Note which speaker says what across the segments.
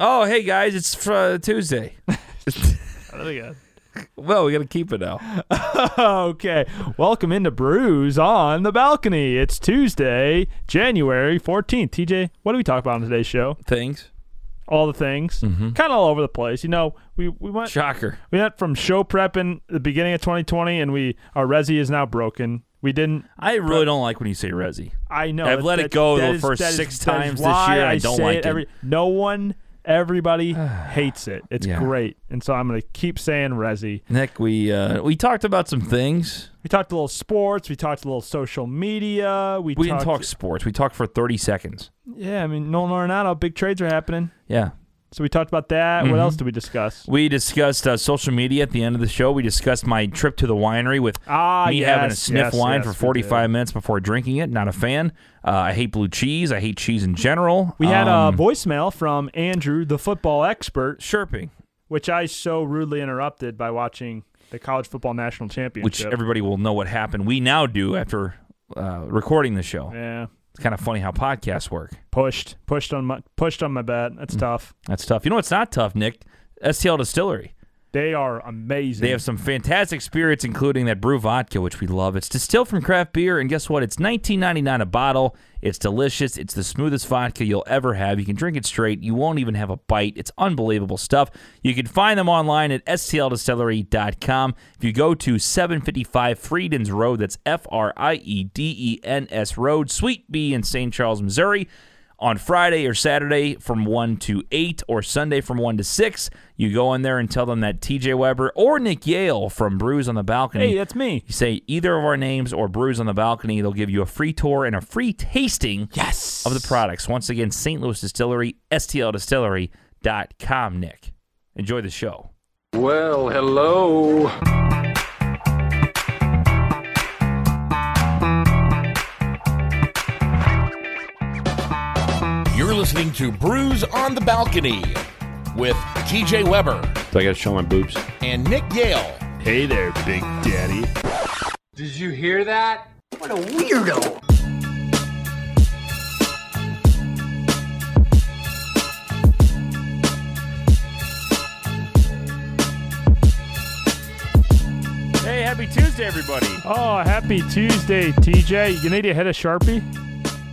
Speaker 1: Oh, hey guys, it's fr- Tuesday. Oh,
Speaker 2: There we go.
Speaker 1: well, we got to keep it now.
Speaker 2: okay. Welcome into Brews on the Balcony. It's Tuesday, January 14th. TJ, what do we talk about on today's show?
Speaker 1: Thanks.
Speaker 2: All the things.
Speaker 1: Mm-hmm.
Speaker 2: Kind of all over the place. You know, we, we went
Speaker 1: Shocker.
Speaker 2: we went from show prepping the beginning of 2020 and we our resi is now broken. We didn't
Speaker 1: I really don't like when you say resi.
Speaker 2: I know.
Speaker 1: I've
Speaker 2: that-
Speaker 1: let it
Speaker 2: that-
Speaker 1: go
Speaker 2: that
Speaker 1: the first
Speaker 2: that
Speaker 1: six
Speaker 2: that
Speaker 1: times this
Speaker 2: why
Speaker 1: year. I
Speaker 2: I
Speaker 1: don't
Speaker 2: say
Speaker 1: like it.
Speaker 2: no one, everybody hates it. It's
Speaker 1: Yeah.
Speaker 2: great, and so I'm gonna keep saying Resi.
Speaker 1: Nick, we uh, we talked about some things.
Speaker 2: We talked a little sports. We talked a little social media. We,
Speaker 1: We
Speaker 2: talked,
Speaker 1: didn't talk sports. We talked for 30 seconds.
Speaker 2: Yeah, I mean, Nolan Arenado, big trades are happening.
Speaker 1: Yeah.
Speaker 2: So we talked about that. What else did we discuss?
Speaker 1: Mm-hmm. We discussed uh, social media at the end of the show. We discussed my trip to the winery with
Speaker 2: Ah,
Speaker 1: me
Speaker 2: yes,
Speaker 1: having to sniff
Speaker 2: yes,
Speaker 1: wine
Speaker 2: yes,
Speaker 1: for
Speaker 2: we did.
Speaker 1: 45 minutes before drinking it. Not a fan. Uh, I hate blue cheese. I hate cheese in general.
Speaker 2: We had uh,
Speaker 1: um,
Speaker 2: a voicemail from Andrew, the football expert,
Speaker 1: Sherping,
Speaker 2: which I so rudely interrupted by watching the college football national championship.
Speaker 1: which everybody will know what happened. We now do after uh, recording the show.
Speaker 2: yeah.
Speaker 1: It's kind of funny how podcasts work.
Speaker 2: pushed pushed on my pushed on my bet
Speaker 1: Mm.
Speaker 2: that's tough
Speaker 1: That's tough. You know what's not tough, Nick? STL Distillery.
Speaker 2: they are amazing
Speaker 1: They have some fantastic spirits, including that brew vodka, which we love. It's distilled from craft beer, and guess what? It's $19.99 a bottle. It's delicious. It's the smoothest vodka you'll ever have. You can drink it straight. You won't even have a bite. It's unbelievable stuff. You can find them online at stldistillery.com. If you go to 755 Friedens Road, that's F R I E D E N S Road, Suite B in St. Charles, Missouri on Friday or Saturday from 1 to 8 or Sunday from 1 to 6. You go in there and tell them that TJ Weber or Nick Yale from Brews on the Balcony.
Speaker 2: hey that's me
Speaker 1: you say either of our names or Brews on the Balcony. They'll give you a free tour and a free tasting
Speaker 2: yes
Speaker 1: of the products. Once again, St. Louis Distillery, stldistillery.com, Nick. Enjoy the show.
Speaker 3: Well, hello.
Speaker 4: You're listening to Brews on the Balcony with TJ Weber
Speaker 5: Do I gotta show my boobs?
Speaker 4: and Nick Yale.
Speaker 5: Hey there, Big Daddy.
Speaker 3: Did you hear that?
Speaker 1: Hey, happy Tuesday, everybody.
Speaker 2: oh happy tuesday tj you need to hit a sharpie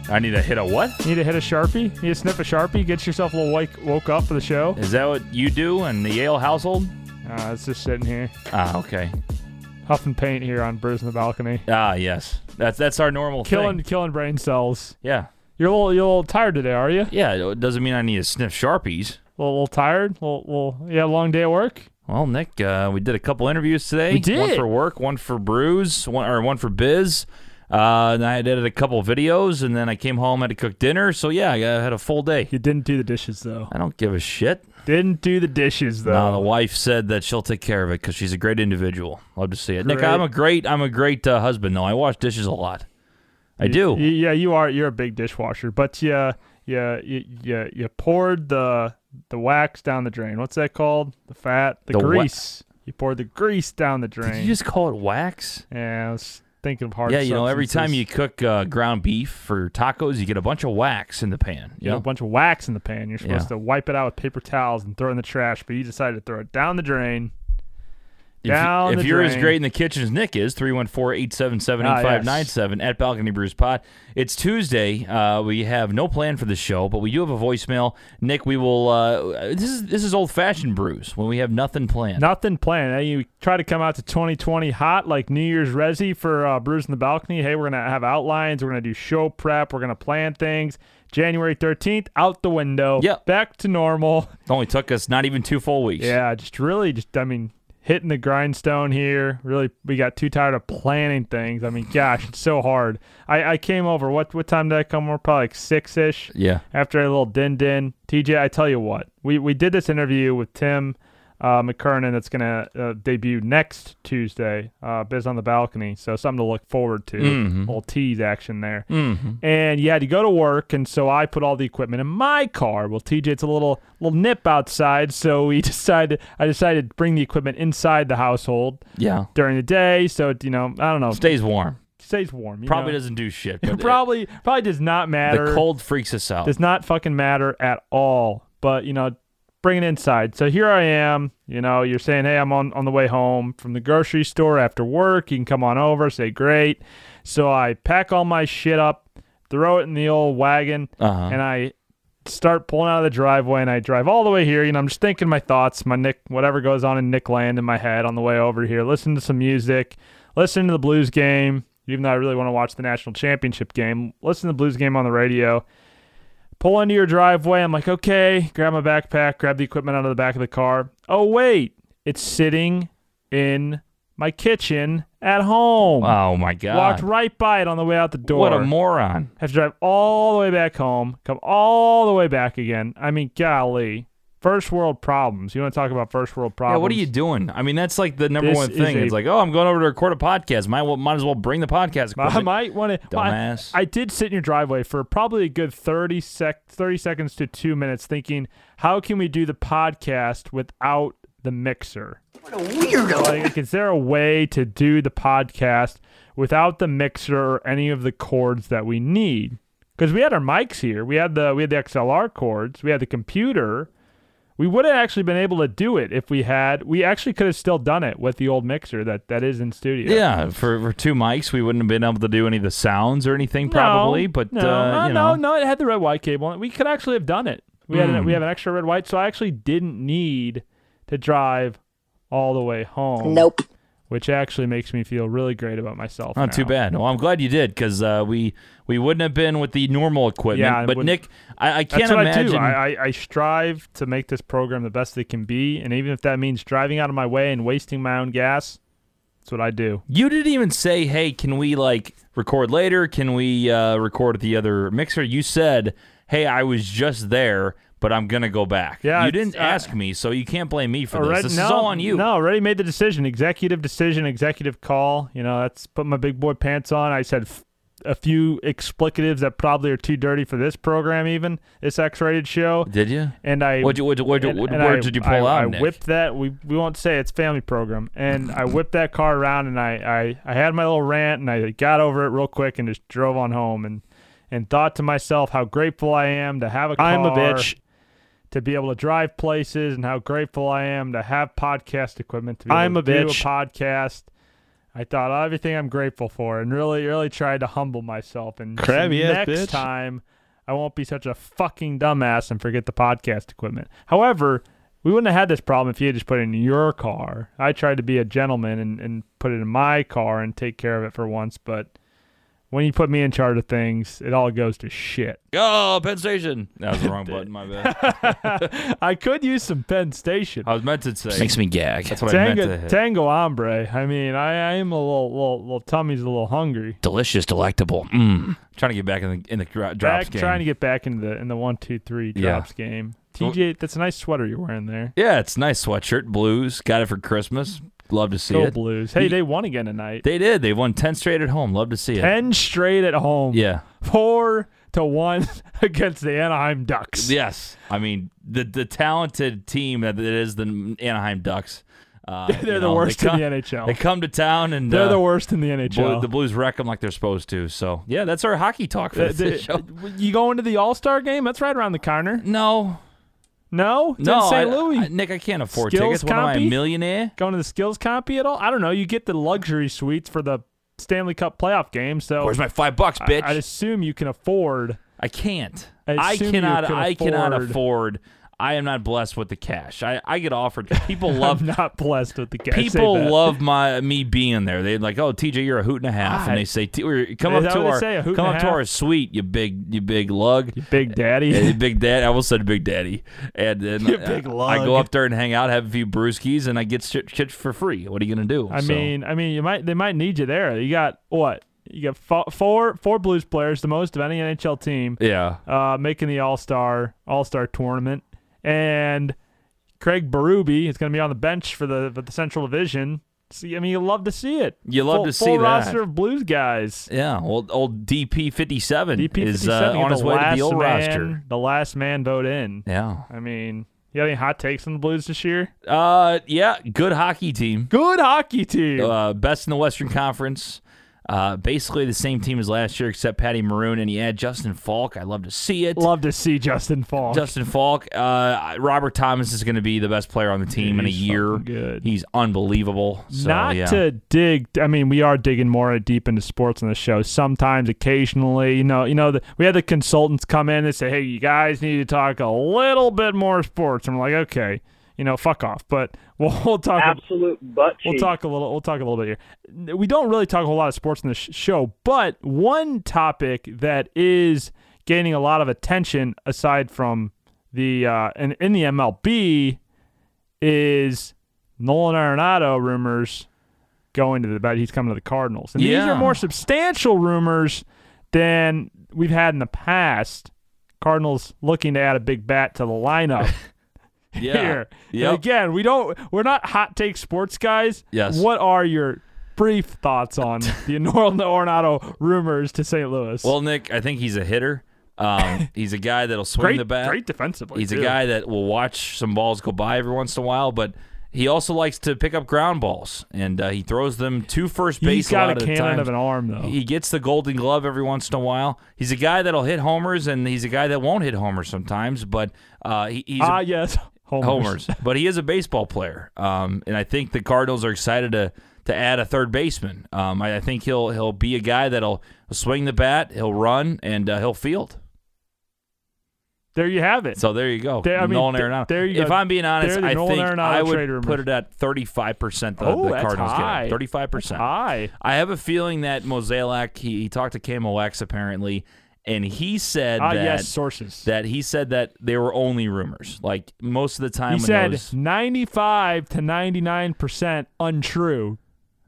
Speaker 1: I need to hit a what?
Speaker 2: need to hit a sharpie need to sniff a sharpie get yourself a little wake, woke up for the show
Speaker 1: Is that what you do in the Yale household?
Speaker 2: uh, it's just sitting here
Speaker 1: Ah, okay.
Speaker 2: huffing paint here on Bruce in the balcony
Speaker 1: Ah, yes. That's that's our normal
Speaker 2: killing
Speaker 1: thing.
Speaker 2: killing brain cells
Speaker 1: Yeah.
Speaker 2: you're a little you're a little tired today are you a
Speaker 1: Yeah, it doesn't mean I need to sniff Sharpies.
Speaker 2: little, little tired a little, little yeah long day at work
Speaker 1: Well, Nick, uh, we did a couple interviews today.
Speaker 2: We did.
Speaker 1: One for work, one for brews, one or one for biz. Uh, and I had edited a couple videos, and then I came home, had to cook dinner. So yeah, I uh, had a full day.
Speaker 2: you didn't do the dishes though
Speaker 1: I don't give a shit.
Speaker 2: didn't do the dishes
Speaker 1: No,
Speaker 2: though
Speaker 1: the wife said that she'll take care of it because she's a great individual. Love to see it. Nick,
Speaker 2: Great.
Speaker 1: I'm a great, I'm a great uh, husband though. I wash dishes a lot. I do.
Speaker 2: Y- Yeah, you are. You're a big dishwasher, but yeah, yeah, you, you, you poured the the wax down the drain. What's that called? The fat, the,
Speaker 1: The wa-
Speaker 2: grease. you poured the grease down the
Speaker 1: Did
Speaker 2: drain.
Speaker 1: you just call it wax?
Speaker 2: yeah, I was thinking of hard.
Speaker 1: Yeah, you know, every time
Speaker 2: substances.
Speaker 1: you cook uh, ground beef for tacos, you get a bunch of wax in the pan.
Speaker 2: You
Speaker 1: You
Speaker 2: have a
Speaker 1: know?
Speaker 2: bunch of wax in the pan. You're supposed
Speaker 1: Yeah.
Speaker 2: to wipe it out with paper towels and throw it in the trash, but you decided to throw it down the drain.
Speaker 1: If,
Speaker 2: Down
Speaker 1: if
Speaker 2: the
Speaker 1: you're as
Speaker 2: drain.
Speaker 1: great in the kitchen as Nick is, 314-877-8597 at Balcony Brews Pod. It's Tuesday. Uh, we have no plan for the show, but we do have a voicemail. Nick, we will uh, this is this is old fashioned brews when we have nothing planned.
Speaker 2: Nothing planned. Hey, You try to come out to 2020 hot like New Year's resi for uh, Brews in the Balcony. Hey, we're going to have outlines. We're going to do show prep. We're going to plan things. January 13th, out the window.
Speaker 1: Yep.
Speaker 2: Back to normal.
Speaker 1: It only took us not even two full weeks.
Speaker 2: Yeah, just really, just, I mean, hitting the grindstone here. Really, we got too tired of planning things. I mean, gosh, it's so hard. I, I came over. What, what time did I come over? Probably like six ish
Speaker 1: Yeah.
Speaker 2: after a little din din. TJ, I tell you what, we, we did this interview with Tim uh, McKernan that's going to uh, debut next Tuesday, uh, Biz on the Balcony. So something to look forward to.
Speaker 1: Mm-hmm.
Speaker 2: Little tease action there. And you had to go to work, and so I put all the equipment in my car. Well, TJ, it's a little little nip outside, so we decided I decided to bring the equipment inside the household
Speaker 1: Yeah.
Speaker 2: during the day. So it, you know, I don't know,
Speaker 1: Stays warm.
Speaker 2: stays warm. you
Speaker 1: Probably
Speaker 2: know.
Speaker 1: doesn't do shit. But
Speaker 2: Probably probably does not
Speaker 1: the
Speaker 2: matter
Speaker 1: cold freaks us out.
Speaker 2: does not fucking matter at all. But you know, bring it inside. So here I am. You know, you're saying, hey, I'm on, on the way home from the grocery store after work. You can come on over. Say, great. So I pack all my shit up, throw it in the old wagon,
Speaker 1: Uh-huh.
Speaker 2: and I start pulling out of the driveway and I drive all the way here. You know, I'm just thinking my thoughts, my Nick, whatever goes on in Nick land in my head on the way over here. Listen to some music, listen to the Blues game, even though I really want to watch the national championship game. Listen to the Blues game on the radio. Pull into your driveway. I'm like, okay, grab my backpack, grab the equipment out of the back of the car. Oh, wait, it's sitting in my kitchen at home.
Speaker 1: Oh my god!
Speaker 2: Walked right by it on the way out the door
Speaker 1: what a moron!
Speaker 2: have to drive all the way back home, come all the way back again. I mean, golly, first world problems. You want to talk about first world
Speaker 1: Yeah,
Speaker 2: problems?
Speaker 1: what are you doing? I mean, that's like the number
Speaker 2: This
Speaker 1: one
Speaker 2: is
Speaker 1: thing.
Speaker 2: a-
Speaker 1: it's like, oh, I'm going over to record a podcast. Might well, might as well bring the podcast.
Speaker 2: I
Speaker 1: equipment.
Speaker 2: might want to.
Speaker 1: Dumbass.
Speaker 2: I did sit in your driveway for probably a good 30, sec- 30 seconds to two minutes thinking, how can we do the podcast without the mixer? What a weirdo. Like, is there a way to do the podcast without the mixer or any of the cords that we need? Because we had our mics here, we had the we had the XLR cords, we had the computer. We would have actually been able to do it if we had. We actually could have still done it with the old mixer that that is in studio.
Speaker 1: Yeah, for, for two mics, we wouldn't have been able to do any of the sounds or anything, probably. but
Speaker 2: no,
Speaker 1: uh,
Speaker 2: no,
Speaker 1: you
Speaker 2: no,
Speaker 1: know, Hmm.
Speaker 2: no, it had the red white cable. on it. We could actually have done it. We had an, we have an extra red white, so I actually didn't need to drive all the way home.
Speaker 6: Nope.
Speaker 2: Which actually makes me feel really great about myself.
Speaker 1: not too
Speaker 2: now.
Speaker 1: bad. Well, I'm glad you did because uh, we we wouldn't have been with the normal equipment.
Speaker 2: Yeah, I
Speaker 1: but
Speaker 2: wouldn't-
Speaker 1: Nick, I, I can't
Speaker 2: That's what
Speaker 1: imagine.
Speaker 2: I do. I, I, I strive to make this program the best it can be, and even if that means driving out of my way and wasting my own gas, that's what I do.
Speaker 1: You didn't even say, "Hey, can we like record later? Can we uh, record at the other mixer?" You said, "Hey, I was just there, but I'm gonna go back."
Speaker 2: Yeah,
Speaker 1: you
Speaker 2: it's- uh,
Speaker 1: didn't ask me, so you can't blame me for
Speaker 2: Already-
Speaker 1: this. This
Speaker 2: no,
Speaker 1: is all on you.
Speaker 2: No, already made the decision. Executive decision, executive call. You know, that's put my big boy pants on. I said f- a few explicatives that probably are too dirty for this program, even this X-rated show.
Speaker 1: Did you?
Speaker 2: And I,
Speaker 1: What'd you- what'd you- what'd you-
Speaker 2: and-
Speaker 1: what
Speaker 2: and
Speaker 1: word
Speaker 2: I-
Speaker 1: did you pull
Speaker 2: I-
Speaker 1: out,
Speaker 2: I
Speaker 1: Nick?
Speaker 2: whipped that. We we won't say it's family program. And I whipped that car around, and I, I I had my little rant, and I got over it real quick, and just drove on home, and and thought to myself how grateful I am to have a car
Speaker 7: I'm a bitch.
Speaker 2: to be able to drive places and how grateful I am to have podcast equipment to be
Speaker 7: I'm
Speaker 2: able
Speaker 7: a
Speaker 2: to do
Speaker 7: bitch.
Speaker 2: a podcast. I thought "Oh, everything I'm grateful for and really, really tried to humble myself. And so
Speaker 7: Crabby ass
Speaker 2: next
Speaker 7: bitch.
Speaker 2: time, I won't be such a fucking dumbass and forget the podcast equipment. However, we wouldn't have had this problem if you had just put it in your car. I tried to be a gentleman and, and put it in my car and take care of it for once, but when you put me in charge of things, it all goes to shit.
Speaker 1: Oh, Penn Station. That was the wrong button. My bad.
Speaker 2: I could use some Penn Station.
Speaker 1: I was meant to say. Makes me gag. That's what I meant
Speaker 2: Tango,
Speaker 1: to. hit.
Speaker 2: tango hombre. I mean, I, I am a little, little, little tummy's a little hungry.
Speaker 1: Delicious, delectable. Mm. Trying to get back in the in the dro- drops
Speaker 2: Back,
Speaker 1: game.
Speaker 2: trying to get back in the in the one, two, three
Speaker 1: Yeah.
Speaker 2: drops game. TJ, that's a nice sweater you're wearing there.
Speaker 1: yeah, it's a nice sweatshirt. Blues. Got it for Christmas. Love to see
Speaker 2: Go
Speaker 1: it.
Speaker 2: Blues. Hey, they won again tonight.
Speaker 1: They did. They won ten straight at home. Love to see it.
Speaker 2: Ten straight at home.
Speaker 1: Yeah.
Speaker 2: Four to one against the Anaheim Ducks.
Speaker 1: Yes, I mean the the talented team that it is the Anaheim Ducks. Uh,
Speaker 2: They're
Speaker 1: you
Speaker 2: the
Speaker 1: know,
Speaker 2: worst
Speaker 1: they come,
Speaker 2: in the NHL.
Speaker 1: They come to town and
Speaker 2: They're
Speaker 1: uh,
Speaker 2: the worst in the
Speaker 1: Blue,
Speaker 2: NHL.
Speaker 1: the Blues wreck them like they're supposed to. So yeah, that's our hockey talk for
Speaker 2: Uh,
Speaker 1: this,
Speaker 2: the-
Speaker 1: show.
Speaker 2: you go into the All Star game? That's right around the corner.
Speaker 1: No,
Speaker 2: No, it's
Speaker 1: no,
Speaker 2: in St.
Speaker 1: I-
Speaker 2: Louis.
Speaker 1: I- Nick, I can't afford
Speaker 2: Skills
Speaker 1: tickets. What am I, a
Speaker 2: compy?
Speaker 1: millionaire?
Speaker 2: going to the skills copy at all? I don't know. You get the luxury suites for the Stanley Cup playoff game, so
Speaker 1: Where's my five bucks, bitch?
Speaker 2: I'd assume you can afford.
Speaker 1: I can't.
Speaker 2: I
Speaker 1: I,
Speaker 2: assume you
Speaker 1: cannot.
Speaker 2: can
Speaker 1: I cannot
Speaker 2: afford-
Speaker 1: afford. I am not blessed with the cash. I, I get offered. People love
Speaker 2: I'm not blessed with the cash.
Speaker 1: people
Speaker 2: Say that.
Speaker 1: love my me being there. They like, oh, TJ, you're a hoot and a half,
Speaker 2: I-
Speaker 1: and they say, "T- or, come
Speaker 2: Is
Speaker 1: up to
Speaker 2: that what they
Speaker 1: our
Speaker 2: say, a hoot
Speaker 1: come
Speaker 2: and a
Speaker 1: up to
Speaker 2: half?"
Speaker 1: our suite, you big you big lug,
Speaker 2: Big Daddy.
Speaker 1: Yeah, big dad. I almost said big daddy, and then
Speaker 2: You big
Speaker 1: I, I
Speaker 2: lug.
Speaker 1: go up there and hang out, have a few brewskis, and I get shit, shit for free. What are you gonna do?
Speaker 2: I
Speaker 1: So,
Speaker 2: mean, I mean, you might they might need you there. You got what? You got fo- four four Blues players, the most of any NHL team,
Speaker 1: yeah,
Speaker 2: uh, making the All Star All Star tournament, and Craig Berube is going to be on the bench for the for the Central Division. See, I mean, you love to see it.
Speaker 1: You love
Speaker 2: Full-
Speaker 1: to see
Speaker 2: full
Speaker 1: that.
Speaker 2: roster of Blues guys.
Speaker 1: yeah. Old old DP fifty seven
Speaker 2: DP
Speaker 1: is uh, on his way to the old roster.
Speaker 2: The last man vote in.
Speaker 1: Yeah,
Speaker 2: I mean, you got any hot takes on the Blues this year?
Speaker 1: uh, yeah. Good hockey team.
Speaker 2: Good hockey team.
Speaker 1: uh, best in the Western Conference. Uh, basically the same team as last year, except Patty Maroon, and you add Justin Falk. I love to see it.
Speaker 2: Love to see Justin Falk.
Speaker 1: Justin Falk. Uh, Robert Thomas is going to be the best player on the team in a
Speaker 2: He's
Speaker 1: year.
Speaker 2: fucking good.
Speaker 1: He's unbelievable. So,
Speaker 2: Not
Speaker 1: yeah.
Speaker 2: to dig. I mean, we are digging more deep into sports on the show. Sometimes, occasionally, you know, you know, the, we had the consultants come in and say, "Hey, you guys need to talk a little bit more sports." I'm like, okay, you know, fuck off. But we'll, we'll talk.
Speaker 8: Absolute butt cheek.
Speaker 2: We'll talk a little. We'll talk a little bit here. We don't really talk a whole lot of sports in this sh- show, but one topic that is gaining a lot of attention, aside from the uh, and in the MLB, is Nolan Arenado rumors going to the bet he's coming to the Cardinals, and these
Speaker 1: Yeah.
Speaker 2: are more substantial rumors than we've had in the past. Cardinals looking to add a big bat to the lineup
Speaker 1: yeah.
Speaker 2: here. And
Speaker 1: Yep.
Speaker 2: Again, we don't we're not hot take sports guys.
Speaker 1: Yes.
Speaker 2: What are your brief thoughts on the Nolan Ornato rumors to St. Louis?
Speaker 1: Well, Nick, I think he's a hitter. Um, he's a guy that'll swing
Speaker 2: great,
Speaker 1: the bat.
Speaker 2: great defensively.
Speaker 1: He's
Speaker 2: too.
Speaker 1: a guy that will watch some balls go by every once in a while, but he also likes to pick up ground balls and uh, he throws them to first base.
Speaker 2: He's
Speaker 1: lot
Speaker 2: got a
Speaker 1: of the
Speaker 2: cannon
Speaker 1: times.
Speaker 2: of an arm though.
Speaker 1: Oh. He gets the Golden Glove every once in a while. He's a guy that'll hit homers, and he's a guy that won't hit homers sometimes. But uh, he, he's a-
Speaker 2: ah, yes. Homers.
Speaker 1: homers, but he is a baseball player. Um, and I think the Cardinals are excited to to add a third baseman. Um, I, I think he'll he'll be a guy that'll swing the bat, he'll run, and uh, he'll field.
Speaker 2: There you have it.
Speaker 1: So there you go.
Speaker 2: There- I mean,
Speaker 1: Nolan
Speaker 2: th-
Speaker 1: Arenado.
Speaker 2: there you
Speaker 1: if
Speaker 2: go.
Speaker 1: I'm being honest,
Speaker 2: There the
Speaker 1: I
Speaker 2: Nolan
Speaker 1: think
Speaker 2: Arenado
Speaker 1: I would
Speaker 2: trade rumors.
Speaker 1: put it at 35% the,
Speaker 2: Oh,
Speaker 1: the
Speaker 2: that's
Speaker 1: Cardinals
Speaker 2: high.
Speaker 1: get. 35%.
Speaker 2: Hi.
Speaker 1: I have a feeling that Mozeliak, he, he talked to KMOX apparently, and he said
Speaker 2: Ah,
Speaker 1: that
Speaker 2: yes, sources.
Speaker 1: that he said that they were only rumors. Like most of the time,
Speaker 2: he
Speaker 1: when
Speaker 2: said
Speaker 1: those-
Speaker 2: 95 to 99% untrue.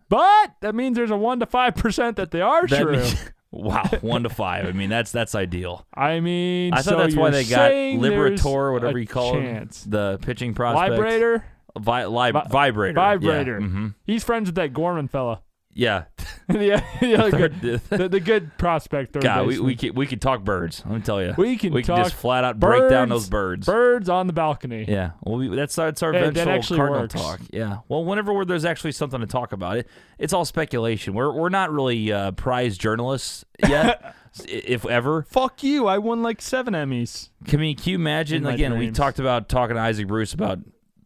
Speaker 2: But that means there's a 1 to 5% that they are
Speaker 1: That
Speaker 2: true.
Speaker 1: means- wow, one to five. I mean, that's that's ideal.
Speaker 2: I mean,
Speaker 1: I thought
Speaker 2: so
Speaker 1: that's why
Speaker 2: you're
Speaker 1: they got
Speaker 2: saying there's
Speaker 1: Liberator, whatever
Speaker 2: a
Speaker 1: you call
Speaker 2: chance.
Speaker 1: him, the pitching prospect,
Speaker 2: Vibrator,
Speaker 1: Vi- li-
Speaker 2: Vi-
Speaker 1: vibrator,
Speaker 2: vibrator.
Speaker 1: Yeah, hmm
Speaker 2: He's friends with that Gorman fella.
Speaker 1: yeah.
Speaker 2: the, uh, the, other
Speaker 1: Third-
Speaker 2: good, the, the good prospect. Third
Speaker 1: God, we,
Speaker 2: baseman.
Speaker 1: we could we could talk birds. Let me tell you,
Speaker 2: We can
Speaker 1: we can
Speaker 2: talk
Speaker 1: just flat out break down those birds.
Speaker 2: Birds on the balcony.
Speaker 1: Yeah, well, we, that's that's our
Speaker 2: Hey, that
Speaker 1: eventual
Speaker 2: actually
Speaker 1: cardinal
Speaker 2: works.
Speaker 1: talk. Yeah, well, whenever we're, there's actually something to talk about, it it's all speculation. We're we're not really uh, prize journalists yet, if ever.
Speaker 2: Fuck you! I won like seven Emmys.
Speaker 1: Can we can you
Speaker 2: In
Speaker 1: imagine?
Speaker 2: my
Speaker 1: Again, we
Speaker 2: dreams.
Speaker 1: talked about talking to Isaac Bruce about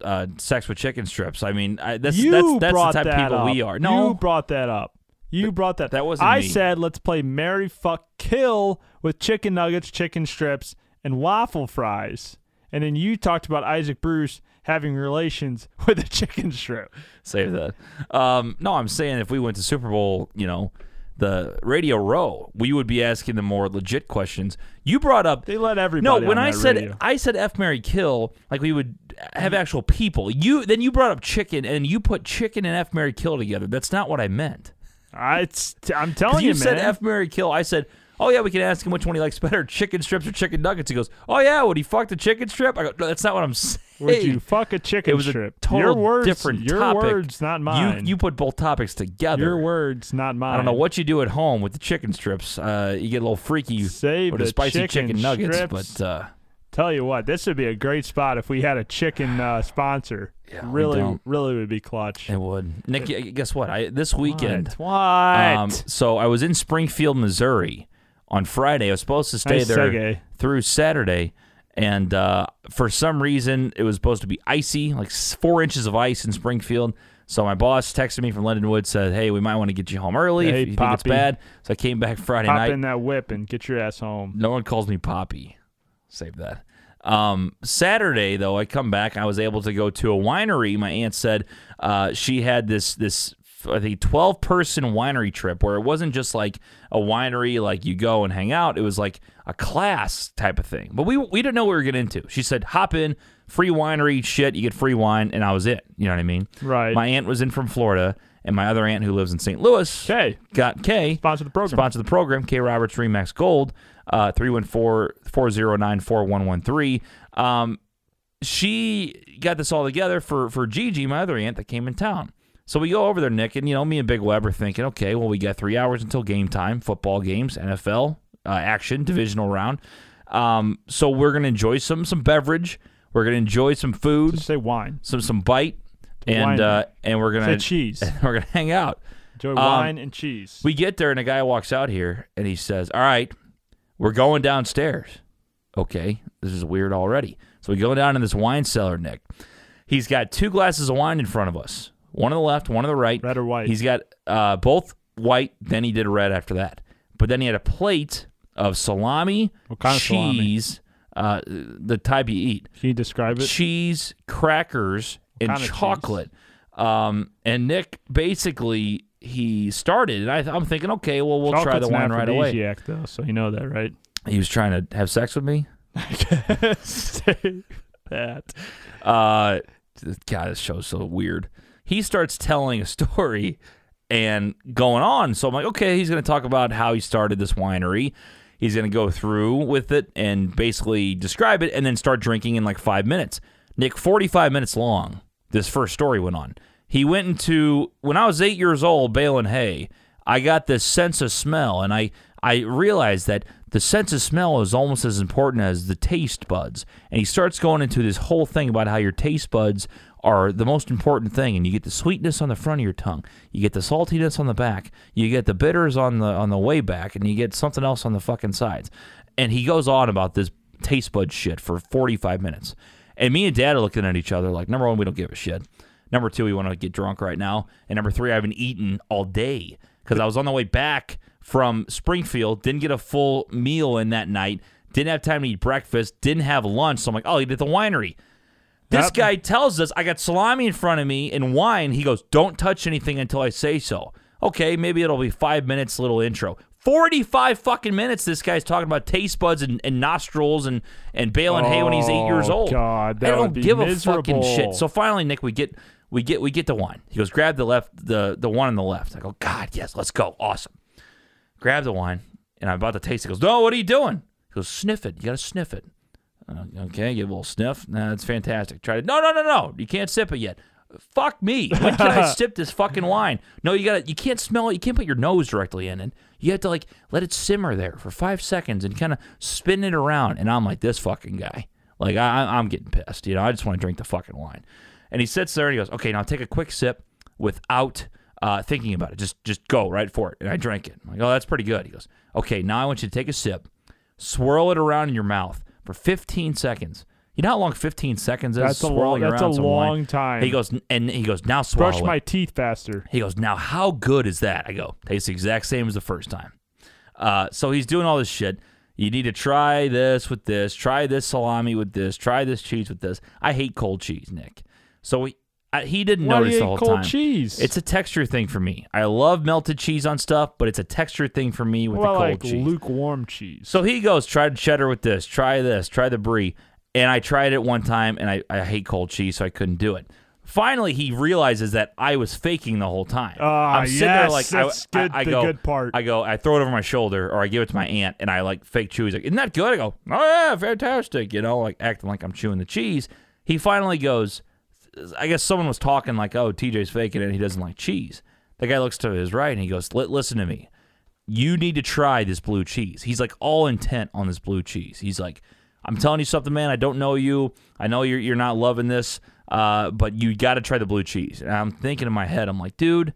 Speaker 1: uh, sex with chicken strips. I mean, I, that's
Speaker 2: you
Speaker 1: that's that's the
Speaker 2: brought
Speaker 1: type of
Speaker 2: that
Speaker 1: people
Speaker 2: up.
Speaker 1: we are. No,
Speaker 2: you brought that up. You brought that.
Speaker 1: that wasn't
Speaker 2: I
Speaker 1: me.
Speaker 2: said let's play Mary Fuck Kill with chicken nuggets, chicken strips, and waffle fries. And then you talked about Isaac Bruce having relations with a chicken strip.
Speaker 1: save that. Um, no, I'm saying if we went to Super Bowl, you know, the Radio Row, we would be asking the more legit questions. You brought up
Speaker 2: They let everybody.
Speaker 1: no.
Speaker 2: on
Speaker 1: When I
Speaker 2: that
Speaker 1: said
Speaker 2: radio.
Speaker 1: I said F Mary Kill, like we would have actual people. You then you brought up chicken and you put chicken and F Mary Kill together. That's not what I meant.
Speaker 2: I, it's, I'm telling you,
Speaker 1: you said
Speaker 2: Oh, man.
Speaker 1: F Mary Kill. I said, Oh yeah, we can ask him which one he likes better, chicken strips or chicken nuggets. He goes, Oh yeah, would he fuck the chicken strip? I go, No, that's not what I'm saying.
Speaker 2: Would you fuck a chicken
Speaker 1: it was
Speaker 2: strip?
Speaker 1: a total
Speaker 2: your words,
Speaker 1: different
Speaker 2: Your
Speaker 1: topic.
Speaker 2: words, not mine.
Speaker 1: You you put both topics together.
Speaker 2: your words, not mine.
Speaker 1: I don't know what you do at home with the chicken strips. Uh, you get a little freaky
Speaker 2: Save
Speaker 1: with the
Speaker 2: the
Speaker 1: spicy chicken,
Speaker 2: chicken
Speaker 1: nuggets,
Speaker 2: strips.
Speaker 1: but uh,
Speaker 2: Tell you what, this would be a great spot if we had a chicken uh, sponsor.
Speaker 1: we
Speaker 2: really,
Speaker 1: don't.
Speaker 2: really would be clutch.
Speaker 1: it would. Nick, y- guess what? I this weekend.
Speaker 2: What? What?
Speaker 1: Um, so I was in Springfield, Missouri on Friday. I was supposed to stay
Speaker 2: Nice
Speaker 1: there
Speaker 2: segue.
Speaker 1: through Saturday. And uh, for some reason, it was supposed to be icy, like s- four inches of ice in Springfield. So my boss texted me from Lindenwood, said, "Hey, we might want to get you home early
Speaker 2: Hey,
Speaker 1: if you think it's
Speaker 2: Poppy.
Speaker 1: bad." So I came back Friday
Speaker 2: Pop
Speaker 1: night.
Speaker 2: in that whip and get your ass home.
Speaker 1: No one calls me Poppy. Save that. Um, Saturday though, I come back. I was able to go to a winery. My aunt said uh, she had this this I think twelve person winery trip where it wasn't just like a winery like you go and hang out. It was like a class type of thing. But we we didn't know what we were getting into. She said hop in, free winery shit. You get free wine, and I was it. You know what I mean?
Speaker 2: Right.
Speaker 1: My aunt was in from Florida, and my other aunt who lives in St. Louis
Speaker 2: Okay.
Speaker 1: got K
Speaker 2: Sponsor the program.
Speaker 1: sponsor the program, K Roberts Remax Gold, uh 314-409-4113. Um she got this all together for for Gigi, my other aunt that came in town. So we go over there, Nick, and you know me and Big Web are thinking, okay, well we got three hours until game time, football games, NFL uh, action, divisional round. Um, so we're gonna enjoy some some beverage, we're gonna enjoy some food,
Speaker 2: Just say wine.
Speaker 1: some some bite,
Speaker 2: wine.
Speaker 1: and uh, and we're gonna
Speaker 2: Say cheese.
Speaker 1: we're gonna hang out.
Speaker 9: Enjoy wine and cheese.
Speaker 1: Um, We get there and a guy walks out here and he says, All right, we're going downstairs. Okay, this is weird already. So we go down in this wine cellar, Nick. He's got two glasses of wine in front of us one on the left, one on the right.
Speaker 9: Red or white?
Speaker 1: He's got uh, both white, then he did red after that. But then he had a plate of salami,
Speaker 9: What kind of salami?
Speaker 1: cheese, uh, the type you eat
Speaker 9: Can you describe it?
Speaker 1: cheese, crackers, and
Speaker 9: kind of cheese?
Speaker 1: chocolate. Um, and Nick basically he started, and I, I'm thinking, okay, well, we'll try the
Speaker 9: Chocolate's an
Speaker 1: wine right away.
Speaker 9: aphrodisiac, Though, so you know that, right?
Speaker 1: He was trying to have sex with me.
Speaker 9: Say that.
Speaker 1: Uh, God, this show's so weird. He starts telling a story and going on. So I'm like, okay, he's going to talk about how he started this winery. He's going to go through with it and basically describe it and then start drinking in like five minutes. Nick, 45 minutes long, this first story went on. He went into, when I was eight years old, baling hay, I got this sense of smell and I, I realized that the sense of smell is almost as important as the taste buds. And he starts going into this whole thing about how your taste buds are the most important thing and you get the sweetness on the front of your tongue you get the saltiness on the back you get the bitters on the on the way back and you get something else on the fucking sides and he goes on about this taste bud shit for 45 minutes and me and dad are looking at each other like number one we don't give a shit number two we want to get drunk right now and number three i haven't eaten all day because i was on the way back from springfield didn't get a full meal in that night didn't have time to eat breakfast didn't have lunch so i'm like oh he did the winery this
Speaker 9: That-
Speaker 1: guy tells us I got salami in front of me and wine. He goes, "Don't touch anything until I say so." Okay, maybe it'll be five minutes. Little intro. Forty-five fucking minutes. This guy's talking about taste buds and, and nostrils and and baling hay when he's eight years
Speaker 9: Oh,
Speaker 1: old.
Speaker 9: God, that
Speaker 1: I don't
Speaker 9: would be
Speaker 1: give a fucking shit.
Speaker 9: miserable.
Speaker 1: So finally, Nick, we get we get we get the wine. He goes, "Grab the left the the one on the left." I go, "God, yes, let's go. Awesome." Grab the wine and I'm about to taste it. He goes, "No, what are you doing?" He goes, "Sniff it. You gotta sniff it." Uh, Okay, give it a little sniff. Nah, that's fantastic. Try to no, no, no, no. You can't sip it yet. Fuck me. When can I sip this fucking wine? No, you gotta. You can't smell it. You can't put your nose directly in it. You have to like let it simmer there for five seconds and kind of spin it around. And I'm like this fucking guy. Like I, I- I'm getting pissed. You know, I just want to drink the fucking wine. And he sits there and he goes, okay, now take a quick sip without uh, thinking about it. Just just go right for it. And I drank it. I'm like, oh, that's pretty good. He goes, okay, now I want you to take a sip swirl it around in your mouth for 15 seconds. You know how long 15 seconds is?
Speaker 9: That's a
Speaker 1: Swirling
Speaker 9: long- that's
Speaker 1: around
Speaker 9: a
Speaker 1: some wine.
Speaker 9: long time.
Speaker 1: He goes, and he goes, now swallow
Speaker 9: Brush
Speaker 1: it.
Speaker 9: my teeth faster.
Speaker 1: He goes, now how good is that? I go, tastes the exact same as the first time. Uh, so he's doing all this shit. You need to try this with this, try this salami with this, try this cheese with this. I hate cold cheese, Nick. So he, I, he didn't
Speaker 9: Why do
Speaker 1: notice
Speaker 9: you
Speaker 1: the
Speaker 9: hate
Speaker 1: whole
Speaker 9: cold
Speaker 1: time.
Speaker 9: cheese?
Speaker 1: It's a texture thing for me. I love melted cheese on stuff, but it's a texture thing for me with
Speaker 9: Well,
Speaker 1: the cold
Speaker 9: like
Speaker 1: cheese.
Speaker 9: lukewarm cheese.
Speaker 1: So he goes, try the cheddar with this, try this, try the brie. And I tried it one time and I, I hate cold cheese, so I couldn't do it. Finally, he realizes that I was faking the whole time.
Speaker 9: Ah,
Speaker 1: I'm sitting there
Speaker 9: yes,
Speaker 1: like,
Speaker 9: that's
Speaker 1: I,
Speaker 9: good-
Speaker 1: I, I
Speaker 9: the
Speaker 1: go,
Speaker 9: good part.
Speaker 1: I go, I throw it over my shoulder or I give it to my aunt and I like fake chew. He's like, Isn't that good? I go, Oh, yeah, fantastic. You know, like acting like I'm chewing the cheese. He finally goes, I guess someone was talking like, oh, TJ's faking it and he doesn't like cheese. The guy looks to his right and he goes, "Li- listen to me. You need to try this blue cheese. He's like all intent on this blue cheese. He's like, I'm telling you something, man. I don't know you. I know you're, you're not loving this, uh, but you got to try the blue cheese. And I'm thinking in my head, I'm like, dude,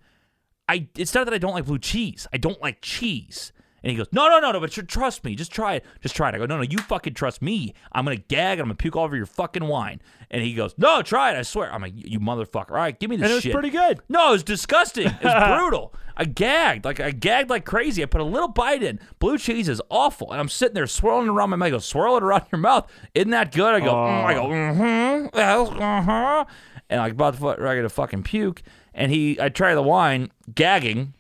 Speaker 1: I it's not that I don't like blue cheese. I don't like cheese. And he goes, no, no, no, no, but you trust me. Just try it. Just try it. I go, no, no, you fucking trust me. I'm going to gag and I'm going to puke all over your fucking wine. And he goes, no, try it. I swear. I'm like, you motherfucker. All right, give me this
Speaker 9: And it was
Speaker 1: shit.
Speaker 9: pretty good.
Speaker 1: No, it was disgusting. It was brutal. I gagged. Like, I gagged like crazy. I put a little bite in. Blue cheese is awful. And I'm sitting there swirling it around my mouth. I go, swirl it around your mouth. Isn't that good? I go, mm,
Speaker 9: Oh.
Speaker 1: I go, mm-hmm. Well, uh-huh. And I about to fu- ready to fucking puke. And he, I try the wine, gagging.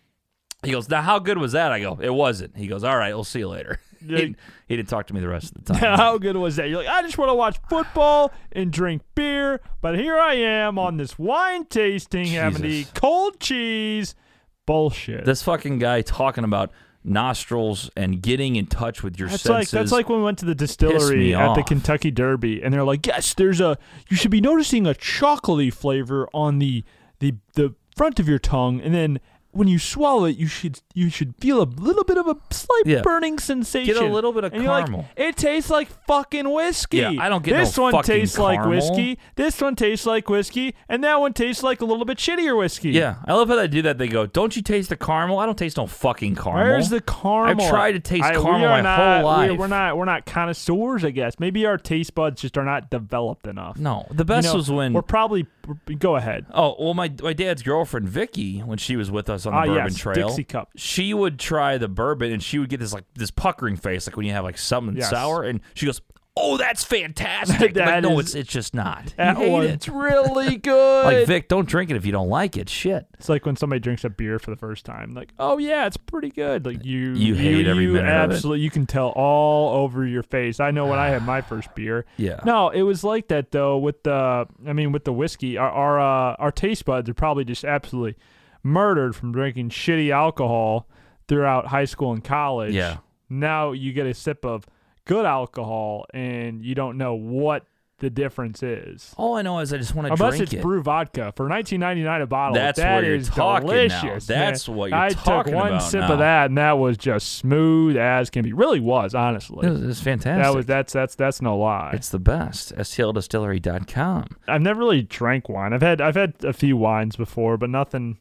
Speaker 1: He goes, now how good was that? I go, it wasn't. He goes, all right, we'll see you later. he, he didn't talk to me the rest of the time.
Speaker 9: How good was that? You're like, I just want to watch football and drink beer, but here I am on this wine tasting, having to
Speaker 1: Jesus.
Speaker 9: eat cold cheese. Bullshit.
Speaker 1: This fucking guy talking about nostrils and getting in touch with your
Speaker 9: That's like
Speaker 1: senses.
Speaker 9: that's like when we went to the
Speaker 1: me
Speaker 9: distillery at the
Speaker 1: off.
Speaker 9: Kentucky Derby, and they're like, "Yes, there's a you should be noticing a chocolatey flavor on the the the front of your tongue, and then
Speaker 2: when you swallow it, you should you should feel a little bit of a slight
Speaker 1: Yeah.
Speaker 2: burning sensation.
Speaker 1: little bit of
Speaker 2: And you're like,
Speaker 1: caramel.
Speaker 2: it tastes like fucking whiskey.
Speaker 1: Yeah, I don't get
Speaker 2: this
Speaker 1: no
Speaker 2: one
Speaker 1: fucking
Speaker 2: tastes like
Speaker 1: caramel.
Speaker 2: whiskey. This one tastes like whiskey, and that one tastes like a little bit shittier whiskey.
Speaker 1: Yeah, I love how they do that. They go, "Don't you taste the caramel?" I don't taste no fucking caramel.
Speaker 2: Where's the caramel?
Speaker 1: I've tried to taste
Speaker 2: I- we
Speaker 1: caramel
Speaker 2: are
Speaker 1: my whole
Speaker 2: not- we-
Speaker 1: life.
Speaker 2: We're not we're not connoisseurs, I guess. Maybe our taste buds just are not developed enough.
Speaker 1: No, the
Speaker 2: You
Speaker 1: best
Speaker 2: know,
Speaker 1: was when.
Speaker 2: we're probably go ahead.
Speaker 1: oh well, my my dad's girlfriend Vicky, when she was with us on the
Speaker 2: Ah,
Speaker 1: bourbon
Speaker 2: yes,
Speaker 1: trail,
Speaker 2: Dixie cup.
Speaker 1: she would try the bourbon and she would get this like this puckering face, like when you have like something
Speaker 2: Yes.
Speaker 1: sour, and she goes, "Oh, that's fantastic!" I'm like,
Speaker 2: That
Speaker 1: no,
Speaker 2: is-
Speaker 1: it's it's just not.
Speaker 2: That
Speaker 1: you hate
Speaker 2: one's
Speaker 1: it.
Speaker 2: really good.
Speaker 1: Like Vic, don't drink it if you don't like it. Shit.
Speaker 2: It's like when somebody drinks a beer for the first time. Like, oh yeah, it's pretty good. Like you,
Speaker 1: You hate every
Speaker 2: you
Speaker 1: minute of it.
Speaker 2: Absolutely, you can tell all over your face. I know when I had my first beer.
Speaker 1: Yeah.
Speaker 2: No, it was like that though. With the, I mean, with the whiskey, our our, uh, our taste buds are probably just absolutely murdered from drinking shitty alcohol throughout high school and college.
Speaker 1: Yeah.
Speaker 2: Now you get a sip of good alcohol and you don't know what the difference is.
Speaker 1: All I know is I just want to
Speaker 2: Unless
Speaker 1: drink
Speaker 2: it's
Speaker 1: it.
Speaker 2: brew vodka for 19.99 a bottle.
Speaker 1: That's
Speaker 2: that
Speaker 1: what you're
Speaker 2: is
Speaker 1: talking now.
Speaker 2: delicious.
Speaker 1: That's
Speaker 2: man.
Speaker 1: what you're
Speaker 2: I
Speaker 1: talking
Speaker 2: took one
Speaker 1: about
Speaker 2: sip
Speaker 1: now.
Speaker 2: of that, and that was just smooth as can be. Really was, honestly.
Speaker 1: it was, it was fantastic.
Speaker 2: that was that's that's that's no lie.
Speaker 1: It's the best. STLDistillery.com.
Speaker 2: I've never really drank wine. I've had I've had a few wines before, but nothing,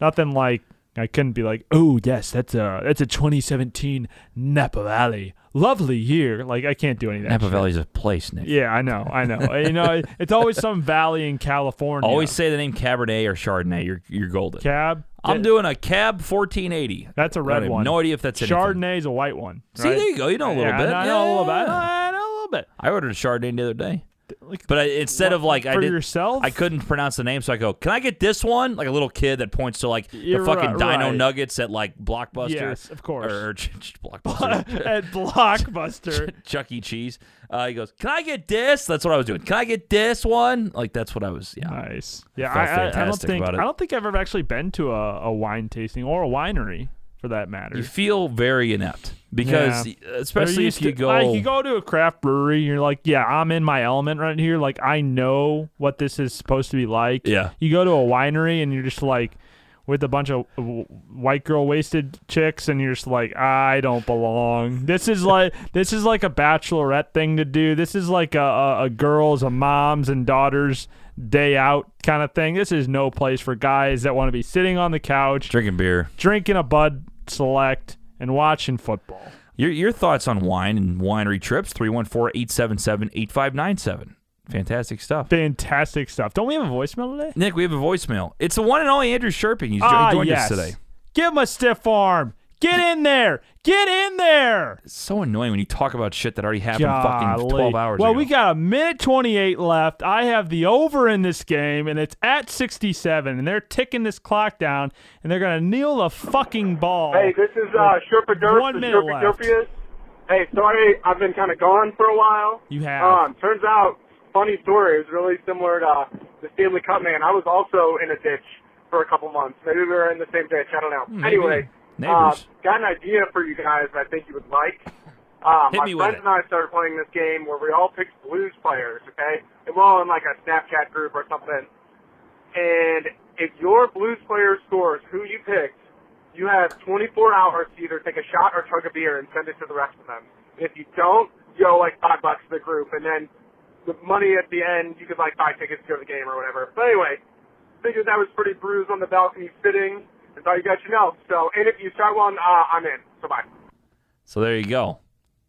Speaker 2: nothing like I couldn't be like, oh yes, that's a that's a 2017 Napa Valley, lovely year. Like I can't do any of that.
Speaker 1: Napa
Speaker 2: shit.
Speaker 1: Valley's a place, Nick.
Speaker 2: Yeah, I know, I know. you know, it- it's always some valley in California.
Speaker 1: Always say the name Cabernet or Chardonnay. You're you're golden.
Speaker 2: cab.
Speaker 1: I'm doing a Cab 1480.
Speaker 2: That's a
Speaker 1: I don't
Speaker 2: red
Speaker 1: have
Speaker 2: one.
Speaker 1: No idea if that's anything.
Speaker 2: Chardonnay is a white one.
Speaker 1: See,
Speaker 2: right?
Speaker 1: there you go. You know a little
Speaker 2: Yeah,
Speaker 1: bit.
Speaker 2: I know a little bit.
Speaker 1: Yeah.
Speaker 2: I know a little bit.
Speaker 1: I ordered a Chardonnay the other day,
Speaker 2: Like,
Speaker 1: but I, instead of like I
Speaker 2: for
Speaker 1: did,
Speaker 2: yourself?
Speaker 1: I couldn't pronounce the name, so I go, "Can I get this one?" Like a little kid that points to like the
Speaker 2: You're
Speaker 1: fucking
Speaker 2: right,
Speaker 1: Dino
Speaker 2: right.
Speaker 1: Nuggets at like Blockbuster.
Speaker 2: Yes, of course.
Speaker 1: Or, or ch- ch- Blockbuster.
Speaker 2: at Blockbuster.
Speaker 1: Chuck E. Cheese. Uh, he goes, "Can I get this?" That's what I was doing. Can I get this one? Like that's what I was. Yeah.
Speaker 2: nice. Yeah,
Speaker 1: Felt
Speaker 2: I, I, I don't
Speaker 1: fantastic
Speaker 2: think
Speaker 1: about it.
Speaker 2: I don't think I've ever actually been to a, a wine tasting or a winery for that matter.
Speaker 1: You feel very inept because,
Speaker 2: Yeah. They're
Speaker 1: especially
Speaker 2: used
Speaker 1: if you
Speaker 2: to-
Speaker 1: go,
Speaker 2: like you go to a craft brewery, you're like, yeah, I'm in my element right here. Like I know what this is supposed to be like.
Speaker 1: Yeah.
Speaker 2: You go to a winery and you're just like with a bunch of w- white girl wasted chicks and you're just like I don't belong. This is like this is like a bachelorette thing to do. This is like a, a, a girls, a moms and daughters day out kind of thing. This is no place for guys that want to be sitting on the couch
Speaker 1: drinking beer.
Speaker 2: drinking a bud select and watching football.
Speaker 1: Your, your thoughts on wine and winery trips 314 877 8597. Fantastic stuff.
Speaker 2: Fantastic stuff. Don't we have a voicemail today?
Speaker 1: Nick, we have a voicemail. It's the one and only Andrew Sherping. He's jo-
Speaker 2: Ah,
Speaker 1: joined
Speaker 2: yes.
Speaker 1: us today.
Speaker 2: Give him a stiff arm. Get in there. Get in there.
Speaker 1: It's so annoying when you talk about shit that already happened fucking
Speaker 2: Golly.
Speaker 1: 12 hours
Speaker 2: well,
Speaker 1: ago.
Speaker 2: we got a minute 28 left. I have the over in this game, and it's at 67, and they're ticking this clock down, and they're going to kneel the fucking ball.
Speaker 10: Hey, this is uh, Sherpa Durf.
Speaker 2: One
Speaker 10: the
Speaker 2: minute
Speaker 10: Sherpa
Speaker 2: left.
Speaker 10: Durfius. Hey, sorry, I've been kind of gone for a while.
Speaker 2: You have.
Speaker 10: Um, turns out, funny story, it was really similar to uh, the Stanley Cup man. I was also in a ditch for a couple months. Maybe we were in the same ditch. I don't know. Anyway, uh,
Speaker 1: Neighbors.
Speaker 10: got an idea for you guys that I think you would like. Um,
Speaker 1: Hit
Speaker 10: my
Speaker 1: me with
Speaker 10: friends
Speaker 1: it.
Speaker 10: and I started playing this game where we all picked blues players, okay? And we're all in like a Snapchat group or something. And if your blues player scores who you picked, you have 24 hours to either take a shot or chug a beer and send it to the rest of them. And if you don't, you owe like five bucks to the group, and then the money at the end, you could like buy tickets to go to the game or whatever. But anyway, figured that was pretty bruised on the balcony fitting, and thought you guys should know. So, and if you start one, uh, I'm in. So bye.
Speaker 1: so there you go.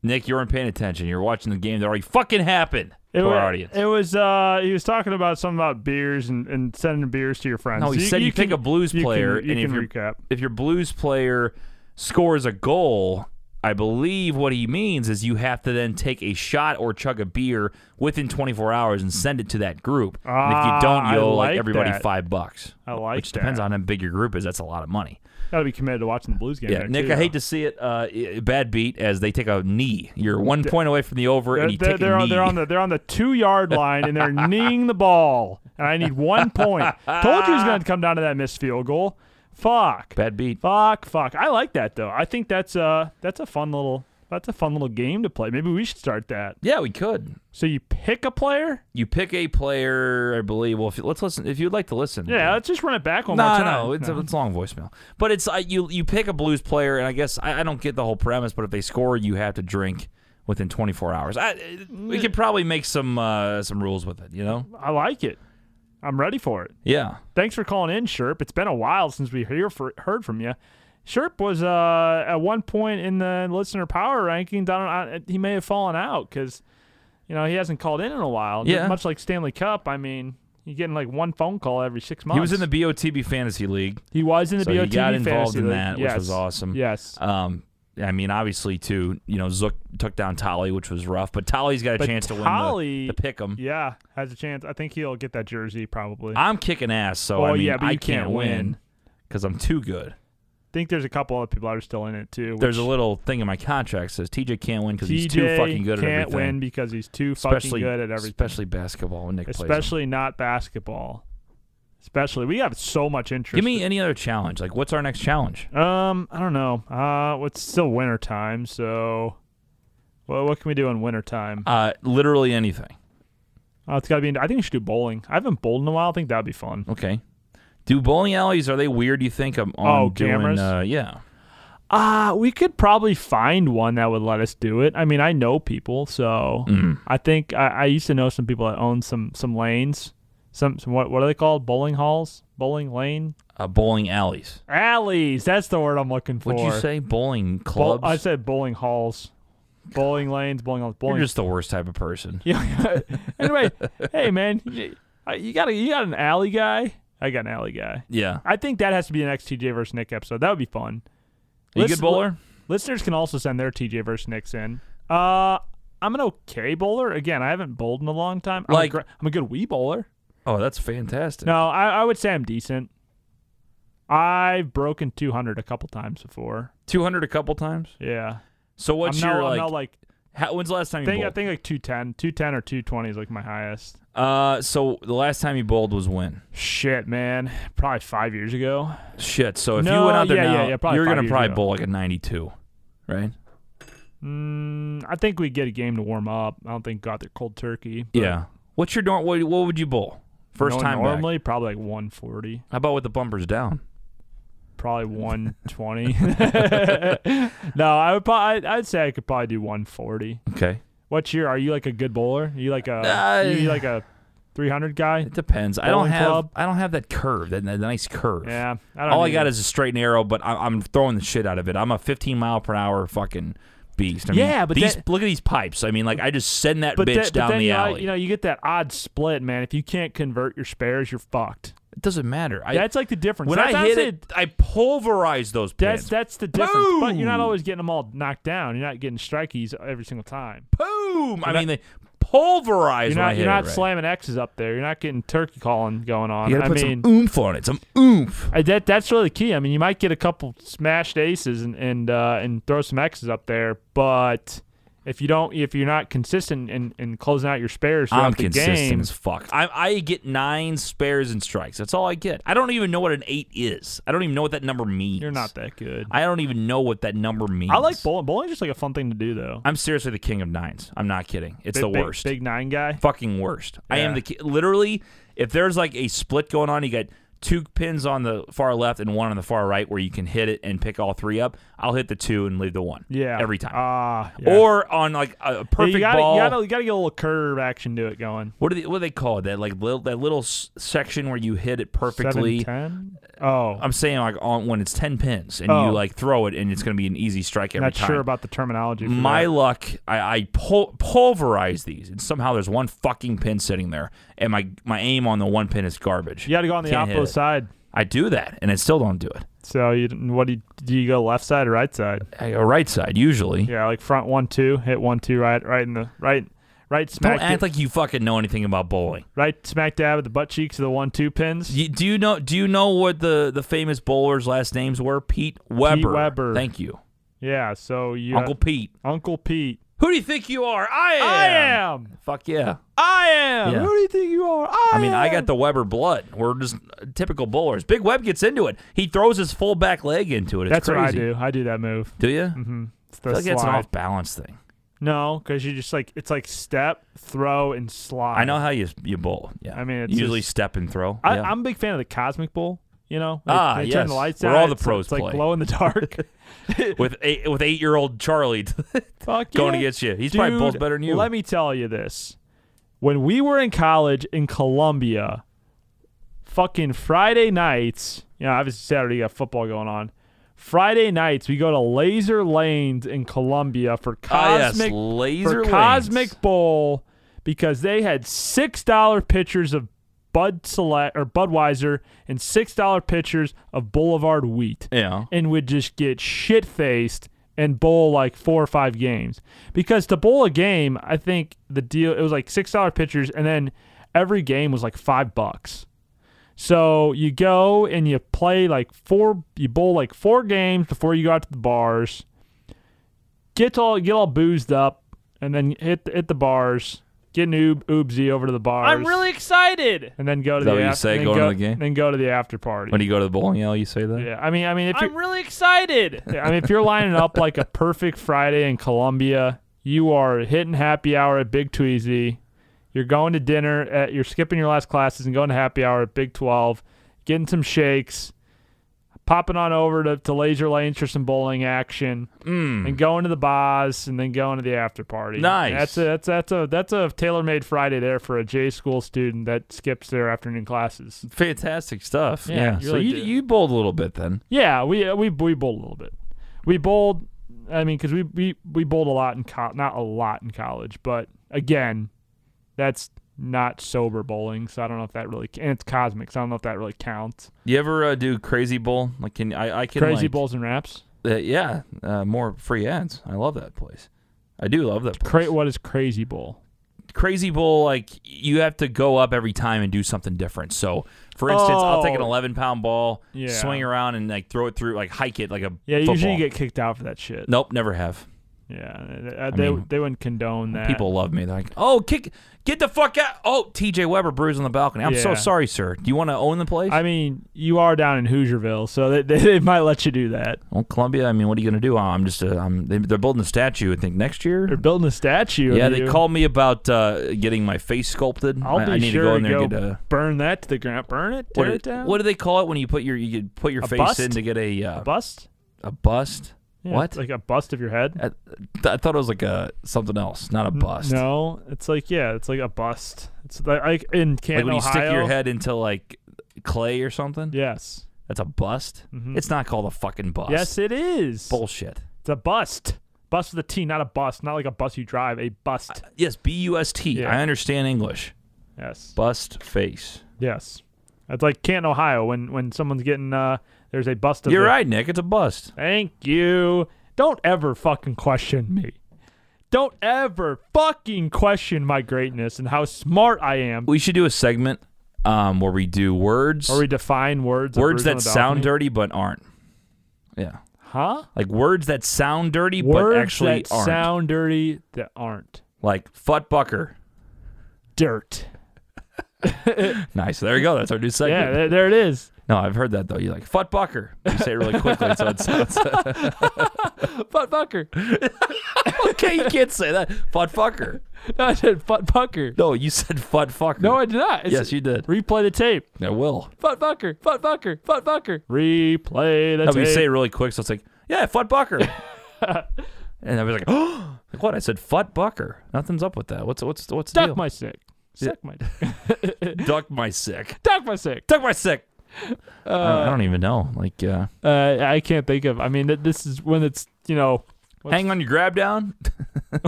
Speaker 1: Nick, you weren't paying attention. You're watching the game that already fucking happened
Speaker 2: It
Speaker 1: to
Speaker 2: was,
Speaker 1: our audience.
Speaker 2: It was uh he was talking about something about beers and, and sending beers to your friends.
Speaker 1: No, he
Speaker 2: So
Speaker 1: said you, pick
Speaker 2: can-
Speaker 1: a blues
Speaker 2: you can-
Speaker 1: player,
Speaker 2: you
Speaker 1: and if
Speaker 2: can
Speaker 1: your
Speaker 2: recap.
Speaker 1: if your blues player scores a goal, I believe what he means is you have to then take a shot or chug a beer within 24 hours and send it to that group. and if
Speaker 2: Ah,
Speaker 1: you don't,
Speaker 2: I
Speaker 1: you owe like
Speaker 2: like
Speaker 1: everybody
Speaker 2: that.
Speaker 1: five bucks.
Speaker 2: I like
Speaker 1: which depends
Speaker 2: that.
Speaker 1: on how big your group is. That's a lot of money.
Speaker 2: Gotta be committed to watching the blues game.
Speaker 1: Yeah,
Speaker 2: there,
Speaker 1: Nick,
Speaker 2: too,
Speaker 1: I hate
Speaker 2: though.
Speaker 1: to see it. Uh, i- bad beat as they take a knee. You're one point away from the over,
Speaker 2: They're,
Speaker 1: and you
Speaker 2: they're,
Speaker 1: take a
Speaker 2: they're
Speaker 1: knee.
Speaker 2: on, they're on the they're on the two yard line and they're kneeing the ball, and I need one point. Told you it was going to come down to that missed field goal. Fuck.
Speaker 1: bad beat.
Speaker 2: Fuck. Fuck. I like that though. I think that's uh that's a fun little That's a fun little game to play. Maybe we should start that.
Speaker 1: Yeah, we could.
Speaker 2: So you pick a player?
Speaker 1: You pick a player, I believe. Well, if you, let's listen. If you'd like to listen,
Speaker 2: Yeah, let's just run it back one more
Speaker 1: No,
Speaker 2: time.
Speaker 1: no, it's a it's a long voicemail. But it's uh, you you pick a blues player, and I guess I, I don't get the whole premise. But if they score, you have to drink within 24 hours. I, uh, we could probably make some uh, some rules with it. You know?
Speaker 2: I like it. I'm ready for it.
Speaker 1: Yeah.
Speaker 2: Thanks for calling in, Sherp. It's been a while since we hear for, heard from you. Sherp was uh, at one point in the listener power ranking down. On, uh, he may have fallen out because you know he hasn't called in in a while.
Speaker 1: Yeah.
Speaker 2: much like Stanley Cup. I mean, you're getting like one phone call every six months.
Speaker 1: He was in the BOTB fantasy league,
Speaker 2: he was in the
Speaker 1: so
Speaker 2: BOTB
Speaker 1: he got involved
Speaker 2: fantasy
Speaker 1: in
Speaker 2: league.
Speaker 1: that,
Speaker 2: yes.
Speaker 1: which was awesome.
Speaker 2: Yes.
Speaker 1: Um, I mean, obviously, too. You know, Zook took down Tolly, which was rough, but Tolly's got a
Speaker 2: But
Speaker 1: chance to
Speaker 2: Tolly-
Speaker 1: win the, the pick 'em.
Speaker 2: Yeah, has a chance. I think he'll get that jersey probably. I
Speaker 1: I'm kicking ass, so
Speaker 2: Well,
Speaker 1: I mean,
Speaker 2: Oh, yeah, but
Speaker 1: I
Speaker 2: you can't
Speaker 1: win
Speaker 2: win.
Speaker 1: because I'm too good.
Speaker 2: think there's a couple other people that are still in it too.
Speaker 1: There's a
Speaker 2: which
Speaker 1: little thing in my contract that says TJ can't win because
Speaker 2: TJ
Speaker 1: he's too fucking good
Speaker 2: can't
Speaker 1: at everything.
Speaker 2: win because he's too fucking
Speaker 1: especially
Speaker 2: good at everything.
Speaker 1: especially basketball when Nick plays. them.
Speaker 2: especially not basketball. Especially, we have so much interest.
Speaker 1: Give me any other challenge. Like, what's our next challenge?
Speaker 2: um, I don't know. Uh, it's still winter time, so well, what can we do in winter time?
Speaker 1: Uh, literally anything.
Speaker 2: Uh, it's got to be. I think we should do bowling. I haven't bowled in a while. I think that'd be fun.
Speaker 1: Okay. Do bowling alleys are they weird? You think I'm on
Speaker 2: Oh,
Speaker 1: doing?
Speaker 2: cameras?
Speaker 1: Uh, yeah.
Speaker 2: Uh, we could probably find one that would let us do it. I mean, I know people, so
Speaker 1: Mm-hmm.
Speaker 2: I think I, I used to know some people that own some some lanes, some, some what what are they called? Bowling halls, bowling lane,
Speaker 1: Uh, bowling alleys.
Speaker 2: alleys. That's the word I'm looking for.
Speaker 1: Would you say bowling
Speaker 2: Bowl- uh,
Speaker 1: clubs?
Speaker 2: I said bowling halls, bowling lanes, bowling halls,
Speaker 1: You're
Speaker 2: bowling.
Speaker 1: just the worst type of person.
Speaker 2: Yeah. anyway, hey man, you, uh, you got a, you got an alley guy. I got an alley guy.
Speaker 1: Yeah.
Speaker 2: I think that has to be an next TJ versus Nick episode. That would be fun.
Speaker 1: You a
Speaker 2: Listen-
Speaker 1: good bowler?
Speaker 2: Listeners can also send their TJ versus Nicks in. Uh, I'm an okay bowler. Again, I haven't bowled in a long time. I'm,
Speaker 1: Like-
Speaker 2: a, gr- I'm a good wee bowler.
Speaker 1: Oh, that's fantastic.
Speaker 2: No, I, I would say I'm decent. I've broken 200 a couple times before.
Speaker 1: Two hundred a couple times.
Speaker 2: Yeah.
Speaker 1: So what's
Speaker 2: I'm not,
Speaker 1: your
Speaker 2: I'm
Speaker 1: like?
Speaker 2: not like
Speaker 1: how, when's the last time you
Speaker 2: think, I
Speaker 1: bowled?
Speaker 2: think like 210. 210 or 220 is like my highest.
Speaker 1: uh, so the last time you bowled was when?
Speaker 2: Shit, man. Probably five years ago.
Speaker 1: Shit. So if you
Speaker 2: No,
Speaker 1: went out there
Speaker 2: yeah,
Speaker 1: now,
Speaker 2: yeah, yeah, probably
Speaker 1: you're
Speaker 2: five
Speaker 1: gonna
Speaker 2: years
Speaker 1: probably
Speaker 2: ago.
Speaker 1: bowl like a ninety-two, right?
Speaker 2: Mm, I think we get a game to warm up. I don't think got there cold turkey. but
Speaker 1: Yeah. What's your norm? What, what would you bowl? First
Speaker 2: no-
Speaker 1: time back.
Speaker 2: normally probably like 140.
Speaker 1: How about with the bumpers down?
Speaker 2: probably 120. no, I would probably, I'd say I could probably do 140.
Speaker 1: Okay.
Speaker 2: What's your? Are you like a good bowler? Are you like a
Speaker 1: Uh,
Speaker 2: you like a 300 guy?
Speaker 1: It depends. I don't
Speaker 2: Bowling
Speaker 1: have.
Speaker 2: club?
Speaker 1: I don't have that curve. That, that nice curve.
Speaker 2: Yeah, I don't.
Speaker 1: All I
Speaker 2: either.
Speaker 1: got is a straight and arrow, but I, I'm throwing the shit out of it. I'm a 15 mile per hour fucking beast. I
Speaker 2: Yeah,
Speaker 1: mean,
Speaker 2: but
Speaker 1: these
Speaker 2: that-
Speaker 1: look at these pipes. I mean, like I just send that
Speaker 2: But,
Speaker 1: bitch
Speaker 2: that- but
Speaker 1: down
Speaker 2: then
Speaker 1: the
Speaker 2: you,
Speaker 1: alley.
Speaker 2: you know, you get that odd split, man. If you can't convert your spares, you're fucked.
Speaker 1: it doesn't matter. I,
Speaker 2: That's like the difference.
Speaker 1: when
Speaker 2: that's
Speaker 1: I hit
Speaker 2: honestly-
Speaker 1: it, I pulverize those
Speaker 2: That's
Speaker 1: pins.
Speaker 2: that's the difference. But you're not always getting them all knocked down. You're not getting strikies every single time.
Speaker 1: Boom! I
Speaker 2: not-
Speaker 1: mean, they pulverize
Speaker 2: You're
Speaker 1: when I
Speaker 2: not
Speaker 1: hit
Speaker 2: you're not
Speaker 1: it. right.
Speaker 2: slamming X's up there. You're not getting turkey calling going on.
Speaker 1: You gotta
Speaker 2: I
Speaker 1: put
Speaker 2: mean,
Speaker 1: some oomph on it. Some oomph.
Speaker 2: I, that that's really key. I mean, you might get a couple smashed aces and and uh, and throw some X's up there, but if you don't, if you're not consistent in, in closing out your spares throughout
Speaker 1: I'm
Speaker 2: the
Speaker 1: consistent
Speaker 2: game,
Speaker 1: as fuck. I, I get nine spares and strikes. That's all I get. I don't even know what an eight is. I don't even know what that number means.
Speaker 2: you're not that good. I,
Speaker 1: I don't even know what that number means.
Speaker 2: like bowling. Bowling's just like a fun thing to do, though.
Speaker 1: I'm seriously the king of nines. I'm not kidding. It's
Speaker 2: Big-
Speaker 1: the
Speaker 2: big-
Speaker 1: worst.
Speaker 2: Big, nine guy.
Speaker 1: Fucking worst. I am
Speaker 2: Yeah.
Speaker 1: the ki- literally. If there's like a split going on, you got two pins on the far left and one on the far right where you can hit it and pick all three up. I'll hit the two and leave the one.
Speaker 2: Yeah,
Speaker 1: every time.
Speaker 2: Ah, yeah.
Speaker 1: Or on like a a
Speaker 2: Yeah,
Speaker 1: perfect
Speaker 2: you gotta,
Speaker 1: ball.
Speaker 2: You gotta, you gotta get a little curve action to it going.
Speaker 1: what do they what do they call it? That like little that little s- section where you hit it perfectly. uh,
Speaker 2: Seven ten. Oh,
Speaker 1: I'm saying like on when it's ten pins and
Speaker 2: Oh.
Speaker 1: you like throw it and it's going to be an easy strike every
Speaker 2: not
Speaker 1: time.
Speaker 2: sure about the terminology. for
Speaker 1: My
Speaker 2: that.
Speaker 1: luck, I, I pul- pulverize these, and somehow there's one fucking pin sitting there, and my my aim on the one pin is garbage.
Speaker 2: you gotta go on the
Speaker 1: Can't hit
Speaker 2: opposite
Speaker 1: it.
Speaker 2: side.
Speaker 1: I do that, and I still don't do it.
Speaker 2: So you what do you, do you go left side or right side?
Speaker 1: I go right side usually.
Speaker 2: Yeah, like front one two, hit one two, right, right in the right, right
Speaker 1: Don't
Speaker 2: smack,
Speaker 1: act
Speaker 2: da-
Speaker 1: like you fucking know anything about bowling.
Speaker 2: right smack dab at the butt cheeks of the one two pins.
Speaker 1: You, do you know? Do you know what the the famous bowlers' last names were? Pete Weber.
Speaker 2: Weber.
Speaker 1: Thank you,
Speaker 2: Yeah, so you uh,
Speaker 1: Uncle Pete.
Speaker 2: Uncle Pete.
Speaker 1: Who do you think you are? I am.
Speaker 2: I am.
Speaker 1: Fuck yeah.
Speaker 2: I am.
Speaker 1: Yeah.
Speaker 2: Who do you think you are? I,
Speaker 1: I mean, I
Speaker 2: am.
Speaker 1: got the Weber blood. We're just typical bowlers. Big Web gets into it. He throws his full back leg into it. It's
Speaker 2: That's what I
Speaker 1: crazy.
Speaker 2: do. I do that move.
Speaker 1: Do you? Mm-hmm.
Speaker 2: It's
Speaker 1: I
Speaker 2: the
Speaker 1: feel like it's an
Speaker 2: slide.
Speaker 1: off balance thing.
Speaker 2: No, because you just like it's like step, throw, and slide.
Speaker 1: I know how you you bowl. Yeah,
Speaker 2: I mean, it's
Speaker 1: usually
Speaker 2: just-
Speaker 1: step and throw.
Speaker 2: I,
Speaker 1: yeah.
Speaker 2: I'm a big fan of the Cosmic Bowl. You know, they,
Speaker 1: Ah,
Speaker 2: they turn the
Speaker 1: yes,
Speaker 2: lights
Speaker 1: where
Speaker 2: out.
Speaker 1: all the
Speaker 2: it's-
Speaker 1: pros
Speaker 2: it's like
Speaker 1: play.
Speaker 2: glow in the dark.
Speaker 1: with eight, with eight year old Charlie
Speaker 2: Fuck
Speaker 1: going
Speaker 2: yeah.
Speaker 1: against you. He's probably bowls
Speaker 2: Dude,
Speaker 1: better than you.
Speaker 2: Let me tell you this: when we were in college in Columbia, fucking Friday nights, you know, obviously Saturday you got football going on. Friday nights we go to Laser Lanes in Columbia for
Speaker 1: Ah, yes,
Speaker 2: Cosmic
Speaker 1: laser
Speaker 2: for
Speaker 1: lanes.
Speaker 2: Cosmic Bowl because they had six dollar pitchers of Bud Select or Budweiser and six dollar pitchers of Boulevard Wheat
Speaker 1: Yeah.
Speaker 2: and would just get shit faced and bowl like four or five games. Because to bowl a game, I think the deal it was like six dollar pitchers, and then every game was like five bucks. So you go and you play like four, you bowl like four games before you go out to the bars. Get all get all boozed up, and then hit hit the bars. Get an oob, oobsy over to the bars.
Speaker 11: I'm really excited.
Speaker 2: and then go to
Speaker 1: Is that
Speaker 2: the
Speaker 1: what you
Speaker 2: after,
Speaker 1: say,
Speaker 2: then
Speaker 1: going to
Speaker 2: go-
Speaker 1: the game?
Speaker 2: then go to the after party.
Speaker 1: When you go to the bowling alley, you say that.
Speaker 2: yeah, I mean, I mean, if you
Speaker 11: I'm really excited.
Speaker 2: I mean, if you're lining up like a perfect Friday in Columbia, you are hitting happy hour at Big Tweezy. You're going to dinner at, you're skipping your last classes and going to happy hour at Big 12, getting some shakes, popping on over to, to Laser Lanes for some bowling action, and going to the bars and then going to the after party.
Speaker 1: Nice.
Speaker 2: That's a, that's, that's a, that's a tailor made Friday there for a J school student that skips their afternoon classes.
Speaker 1: Fantastic stuff. Yeah.
Speaker 2: Yeah, you
Speaker 1: so
Speaker 2: really
Speaker 1: you
Speaker 2: do.
Speaker 1: you bowled a little bit then.
Speaker 2: Yeah, we uh, we we bowled a little bit. We bowled. I mean, because we, we we bowled a lot in college, not a lot in college, but again, that's not sober bowling, so I don't know if that really and it's cosmic, so I don't know if that really counts.
Speaker 1: You ever uh, do crazy bowl? Like can I I can
Speaker 2: Crazy
Speaker 1: like,
Speaker 2: bowls and wraps.
Speaker 1: Uh, yeah, uh, more free ads. I love that place. I do love that place.
Speaker 2: Cra- what is crazy bowl?
Speaker 1: Crazy Bowl, like you have to go up every time and do something different. So, for instance, I'll take an
Speaker 2: Oh.
Speaker 1: 11 pound ball,
Speaker 2: Yeah.
Speaker 1: swing around, and like throw it through, like hike it like a
Speaker 2: Yeah, usually
Speaker 1: football.
Speaker 2: you get kicked out for that shit.
Speaker 1: Nope, never have.
Speaker 2: Yeah, they- uh, they
Speaker 1: mean,
Speaker 2: they wouldn't condone that.
Speaker 1: People love me. They're like, "Oh, kick, get the fuck out!" Oh, T.J. Weber brews on the balcony. I'm so
Speaker 2: Yeah.
Speaker 1: sorry, sir. Do you want to own the place?
Speaker 2: I mean, you are down in Hoosierville, so they, they, they might let you do that.
Speaker 1: well, Columbia. I mean, what are you gonna do? Oh, I'm just. Uh, I'm. They, they're building a statue. I think next year.
Speaker 2: They're building a statue.
Speaker 1: yeah,
Speaker 2: of
Speaker 1: they
Speaker 2: you.
Speaker 1: called me about uh, getting my face sculpted.
Speaker 2: I'll
Speaker 1: I,
Speaker 2: be
Speaker 1: I need
Speaker 2: sure
Speaker 1: to go in there
Speaker 2: go
Speaker 1: and get a.
Speaker 2: burn that to the ground. Burn it. Tear
Speaker 1: What,
Speaker 2: it down.
Speaker 1: what do they call it when you put your you could put your face in
Speaker 2: bust?
Speaker 1: to get a uh,
Speaker 2: bust?
Speaker 1: a bust?
Speaker 2: Yeah,
Speaker 1: what?
Speaker 2: Like a bust of your head?
Speaker 1: I, th- I thought it was like a something else, not a bust.
Speaker 2: No, it's like yeah, it's like a bust. It's like, like in
Speaker 1: like
Speaker 2: Canton,
Speaker 1: when you
Speaker 2: Ohio.
Speaker 1: stick your head into like clay or something.
Speaker 2: Yes.
Speaker 1: That's a bust. It's not called a fucking bust.
Speaker 2: Mm-hmm. Yes, it is.
Speaker 1: bullshit.
Speaker 2: It's a bust. Bust with a T, not a bust. Not like a bus you drive. A bust.
Speaker 1: Yes, B U S T.
Speaker 2: Yeah.
Speaker 1: I understand English.
Speaker 2: yes.
Speaker 1: Bust face.
Speaker 2: yes. It's like Canton, Ohio. When when someone's getting uh, there's a bust of.
Speaker 1: You're
Speaker 2: the-
Speaker 1: right, Nick. It's a bust.
Speaker 2: Thank you. Don't ever fucking question me. Don't ever fucking question my greatness and how smart I am.
Speaker 1: We should do a segment um, where we do words,
Speaker 2: Or we define words. of
Speaker 1: words
Speaker 2: Bruce on
Speaker 1: that
Speaker 2: the
Speaker 1: sound
Speaker 2: balcony.
Speaker 1: dirty but aren't. Yeah,
Speaker 2: Huh?
Speaker 1: like words that sound dirty
Speaker 2: words
Speaker 1: but actually
Speaker 2: that
Speaker 1: aren't.
Speaker 2: sound dirty that aren't
Speaker 1: like bucker.
Speaker 2: dirt.
Speaker 1: Nice. There you go. That's our new segment.
Speaker 2: Yeah, there, there it is.
Speaker 1: No, I've heard that though. You're like Futtbucker. You say it really quickly, so it sounds
Speaker 11: Buttfucker.
Speaker 1: okay. You can't say that. Futtfucker.
Speaker 11: No, I said buttfucker.
Speaker 1: No, you said Futtfucker.
Speaker 11: No, I did not. It's
Speaker 1: yes, you did.
Speaker 2: Replay the tape.
Speaker 1: I will.
Speaker 11: buttfucker. Buttfucker. Buttfucker.
Speaker 2: Replay
Speaker 1: No,
Speaker 2: the
Speaker 1: but
Speaker 2: tape.
Speaker 1: you say it really quick, so it's like, yeah, Futtbucker. and I was like, oh, like what? I said Futtbucker. Nothing's up with that. What's what's what's the
Speaker 2: Duck
Speaker 1: deal?
Speaker 2: my sick. Suck my dick.
Speaker 1: duck my sick.
Speaker 2: Duck my sick.
Speaker 1: Duck my sick. I, don't, I don't even know. Like, uh,
Speaker 2: Uh, I can't think of. I mean, th- this is when it's you know
Speaker 1: hang on your grab down.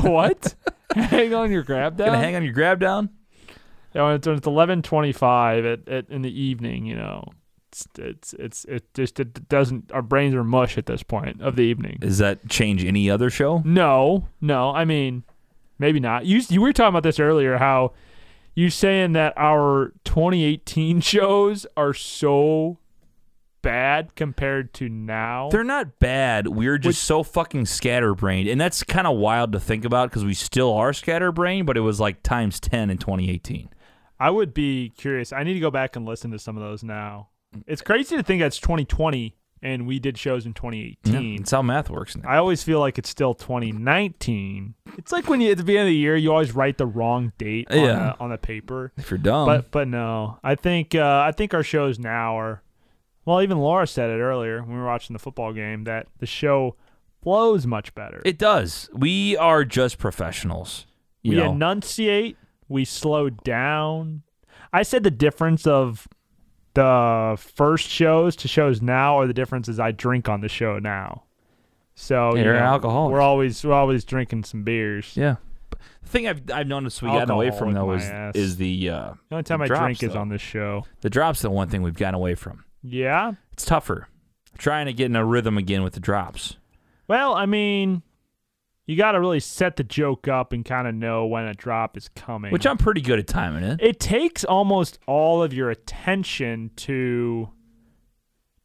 Speaker 2: what? Hang on your grab down.
Speaker 1: Gonna hang on your grab down.
Speaker 2: Yeah, when it's, when it's eleven twenty-five at, at in the evening, you know, it's it's it's it just it doesn't. Our brains are mush at this point of the evening.
Speaker 1: Does that change any other show?
Speaker 2: No, no. I mean, maybe not. You you were talking about this earlier. How you saying that our 2018 shows are so bad compared to now?
Speaker 1: They're not bad. We're just so fucking scatterbrained. And that's kind of wild to think about because we still are scatterbrained, but it was like times 10 in 2018.
Speaker 2: I would be curious. I need to go back and listen to some of those now. It's crazy to think that's 2020 and we did shows in 2018.
Speaker 1: That's how math works. Nick.
Speaker 2: I always feel like it's still 2019. It's like when you at the beginning of the year, you always write the wrong date on,
Speaker 1: Yeah.
Speaker 2: the, on the paper.
Speaker 1: If you're dumb,
Speaker 2: But but no, I think uh, I think our shows now are. Well, even Laura said it earlier when we were watching the football game that the show flows much better.
Speaker 1: it does. We are just professionals. You
Speaker 2: we
Speaker 1: know?
Speaker 2: enunciate, we slow down. I said the difference of the first shows to shows now, or the difference is I drink on the show now. So
Speaker 1: Yeah,
Speaker 2: you
Speaker 1: you're
Speaker 2: know,
Speaker 1: an alcoholic.
Speaker 2: We're always we're always drinking some beers.
Speaker 1: yeah. But The thing I've I've noticed we gotten away
Speaker 2: Alcohol
Speaker 1: from
Speaker 2: with
Speaker 1: though
Speaker 2: my
Speaker 1: is
Speaker 2: ass.
Speaker 1: is the uh,
Speaker 2: The only time
Speaker 1: the
Speaker 2: I
Speaker 1: drops,
Speaker 2: drink is
Speaker 1: though.
Speaker 2: on this show.
Speaker 1: the drops. The one thing we've gotten away from.
Speaker 2: Yeah.
Speaker 1: It's tougher. Trying to get in a rhythm again with the drops.
Speaker 2: Well, I mean, you got to really set the joke up and kind of know when a drop is coming.
Speaker 1: Which I'm pretty good at timing it.
Speaker 2: it takes almost all of your attention to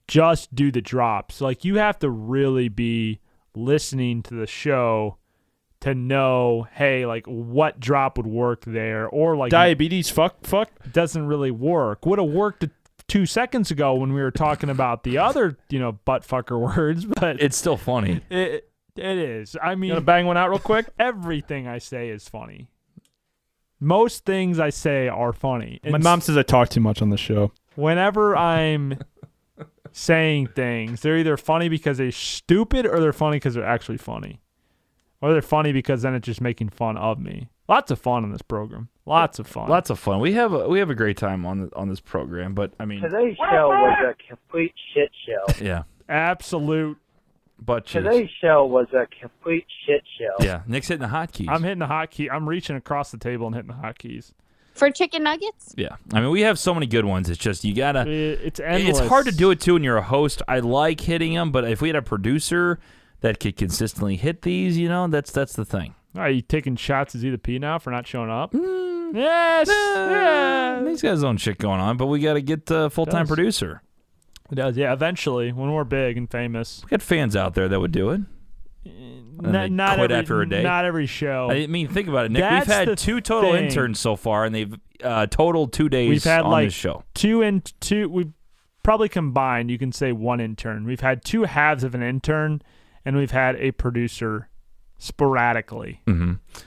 Speaker 2: just do the drops. Like you have to really be listening to the show to know, hey, like what drop would work there, or like
Speaker 9: Diabetes, fuck, fuck.
Speaker 2: doesn't really work. Would have worked two seconds ago when we were talking about the other, you know, butt fucker words, but
Speaker 1: It's still funny.
Speaker 2: it it is. I mean,
Speaker 9: You want to bang one out real quick?
Speaker 2: everything I say is funny. Most things I say are funny.
Speaker 9: My
Speaker 2: And
Speaker 9: mom says I talk too much on the show.
Speaker 2: whenever I'm saying things, they're either funny because they're stupid or they're funny because they're actually funny. Or they're funny because then it's just making fun of me. Lots of fun in this program. Lots of fun.
Speaker 1: Lots of fun. We have a, we have a great time on the, on this program, but I mean,
Speaker 12: Today's show was a complete shit show.
Speaker 1: yeah,
Speaker 2: Absolute.
Speaker 1: butt cheeks.
Speaker 12: Today's show was a complete shit show.
Speaker 1: Yeah, Nick's hitting the hotkeys.
Speaker 2: I'm hitting the hotkey. I'm reaching across the table and hitting the hotkeys.
Speaker 13: For chicken nuggets?
Speaker 1: yeah, I mean, we have so many good ones. It's just you gotta.
Speaker 2: It, it's endless.
Speaker 1: It's hard to do it too when you're a host. I like hitting them, but if we had a producer that could consistently hit these, you know, that's that's the thing.
Speaker 2: Are you taking shots at Z the P now for not showing up?
Speaker 1: Mm.
Speaker 2: yes.
Speaker 1: Yeah, he's got his own shit going on, but we got to get a full time
Speaker 2: Does.
Speaker 1: producer.
Speaker 2: It does. Yeah. Eventually, when we're big and famous.
Speaker 1: We got fans out there that would do it.
Speaker 2: N-
Speaker 1: they
Speaker 2: not
Speaker 1: quit
Speaker 2: every,
Speaker 1: after a day.
Speaker 2: Not every show.
Speaker 1: I mean, think about it, Nick.
Speaker 2: Oh. That's
Speaker 1: we've
Speaker 2: the
Speaker 1: had two total
Speaker 2: thing.
Speaker 1: interns so far, and they've uh, totaled two days
Speaker 2: We've had
Speaker 1: on
Speaker 2: like
Speaker 1: this show.
Speaker 2: two and two. We've probably combined. You can say one intern. We've had two halves of an intern, and we've had a producer sporadically.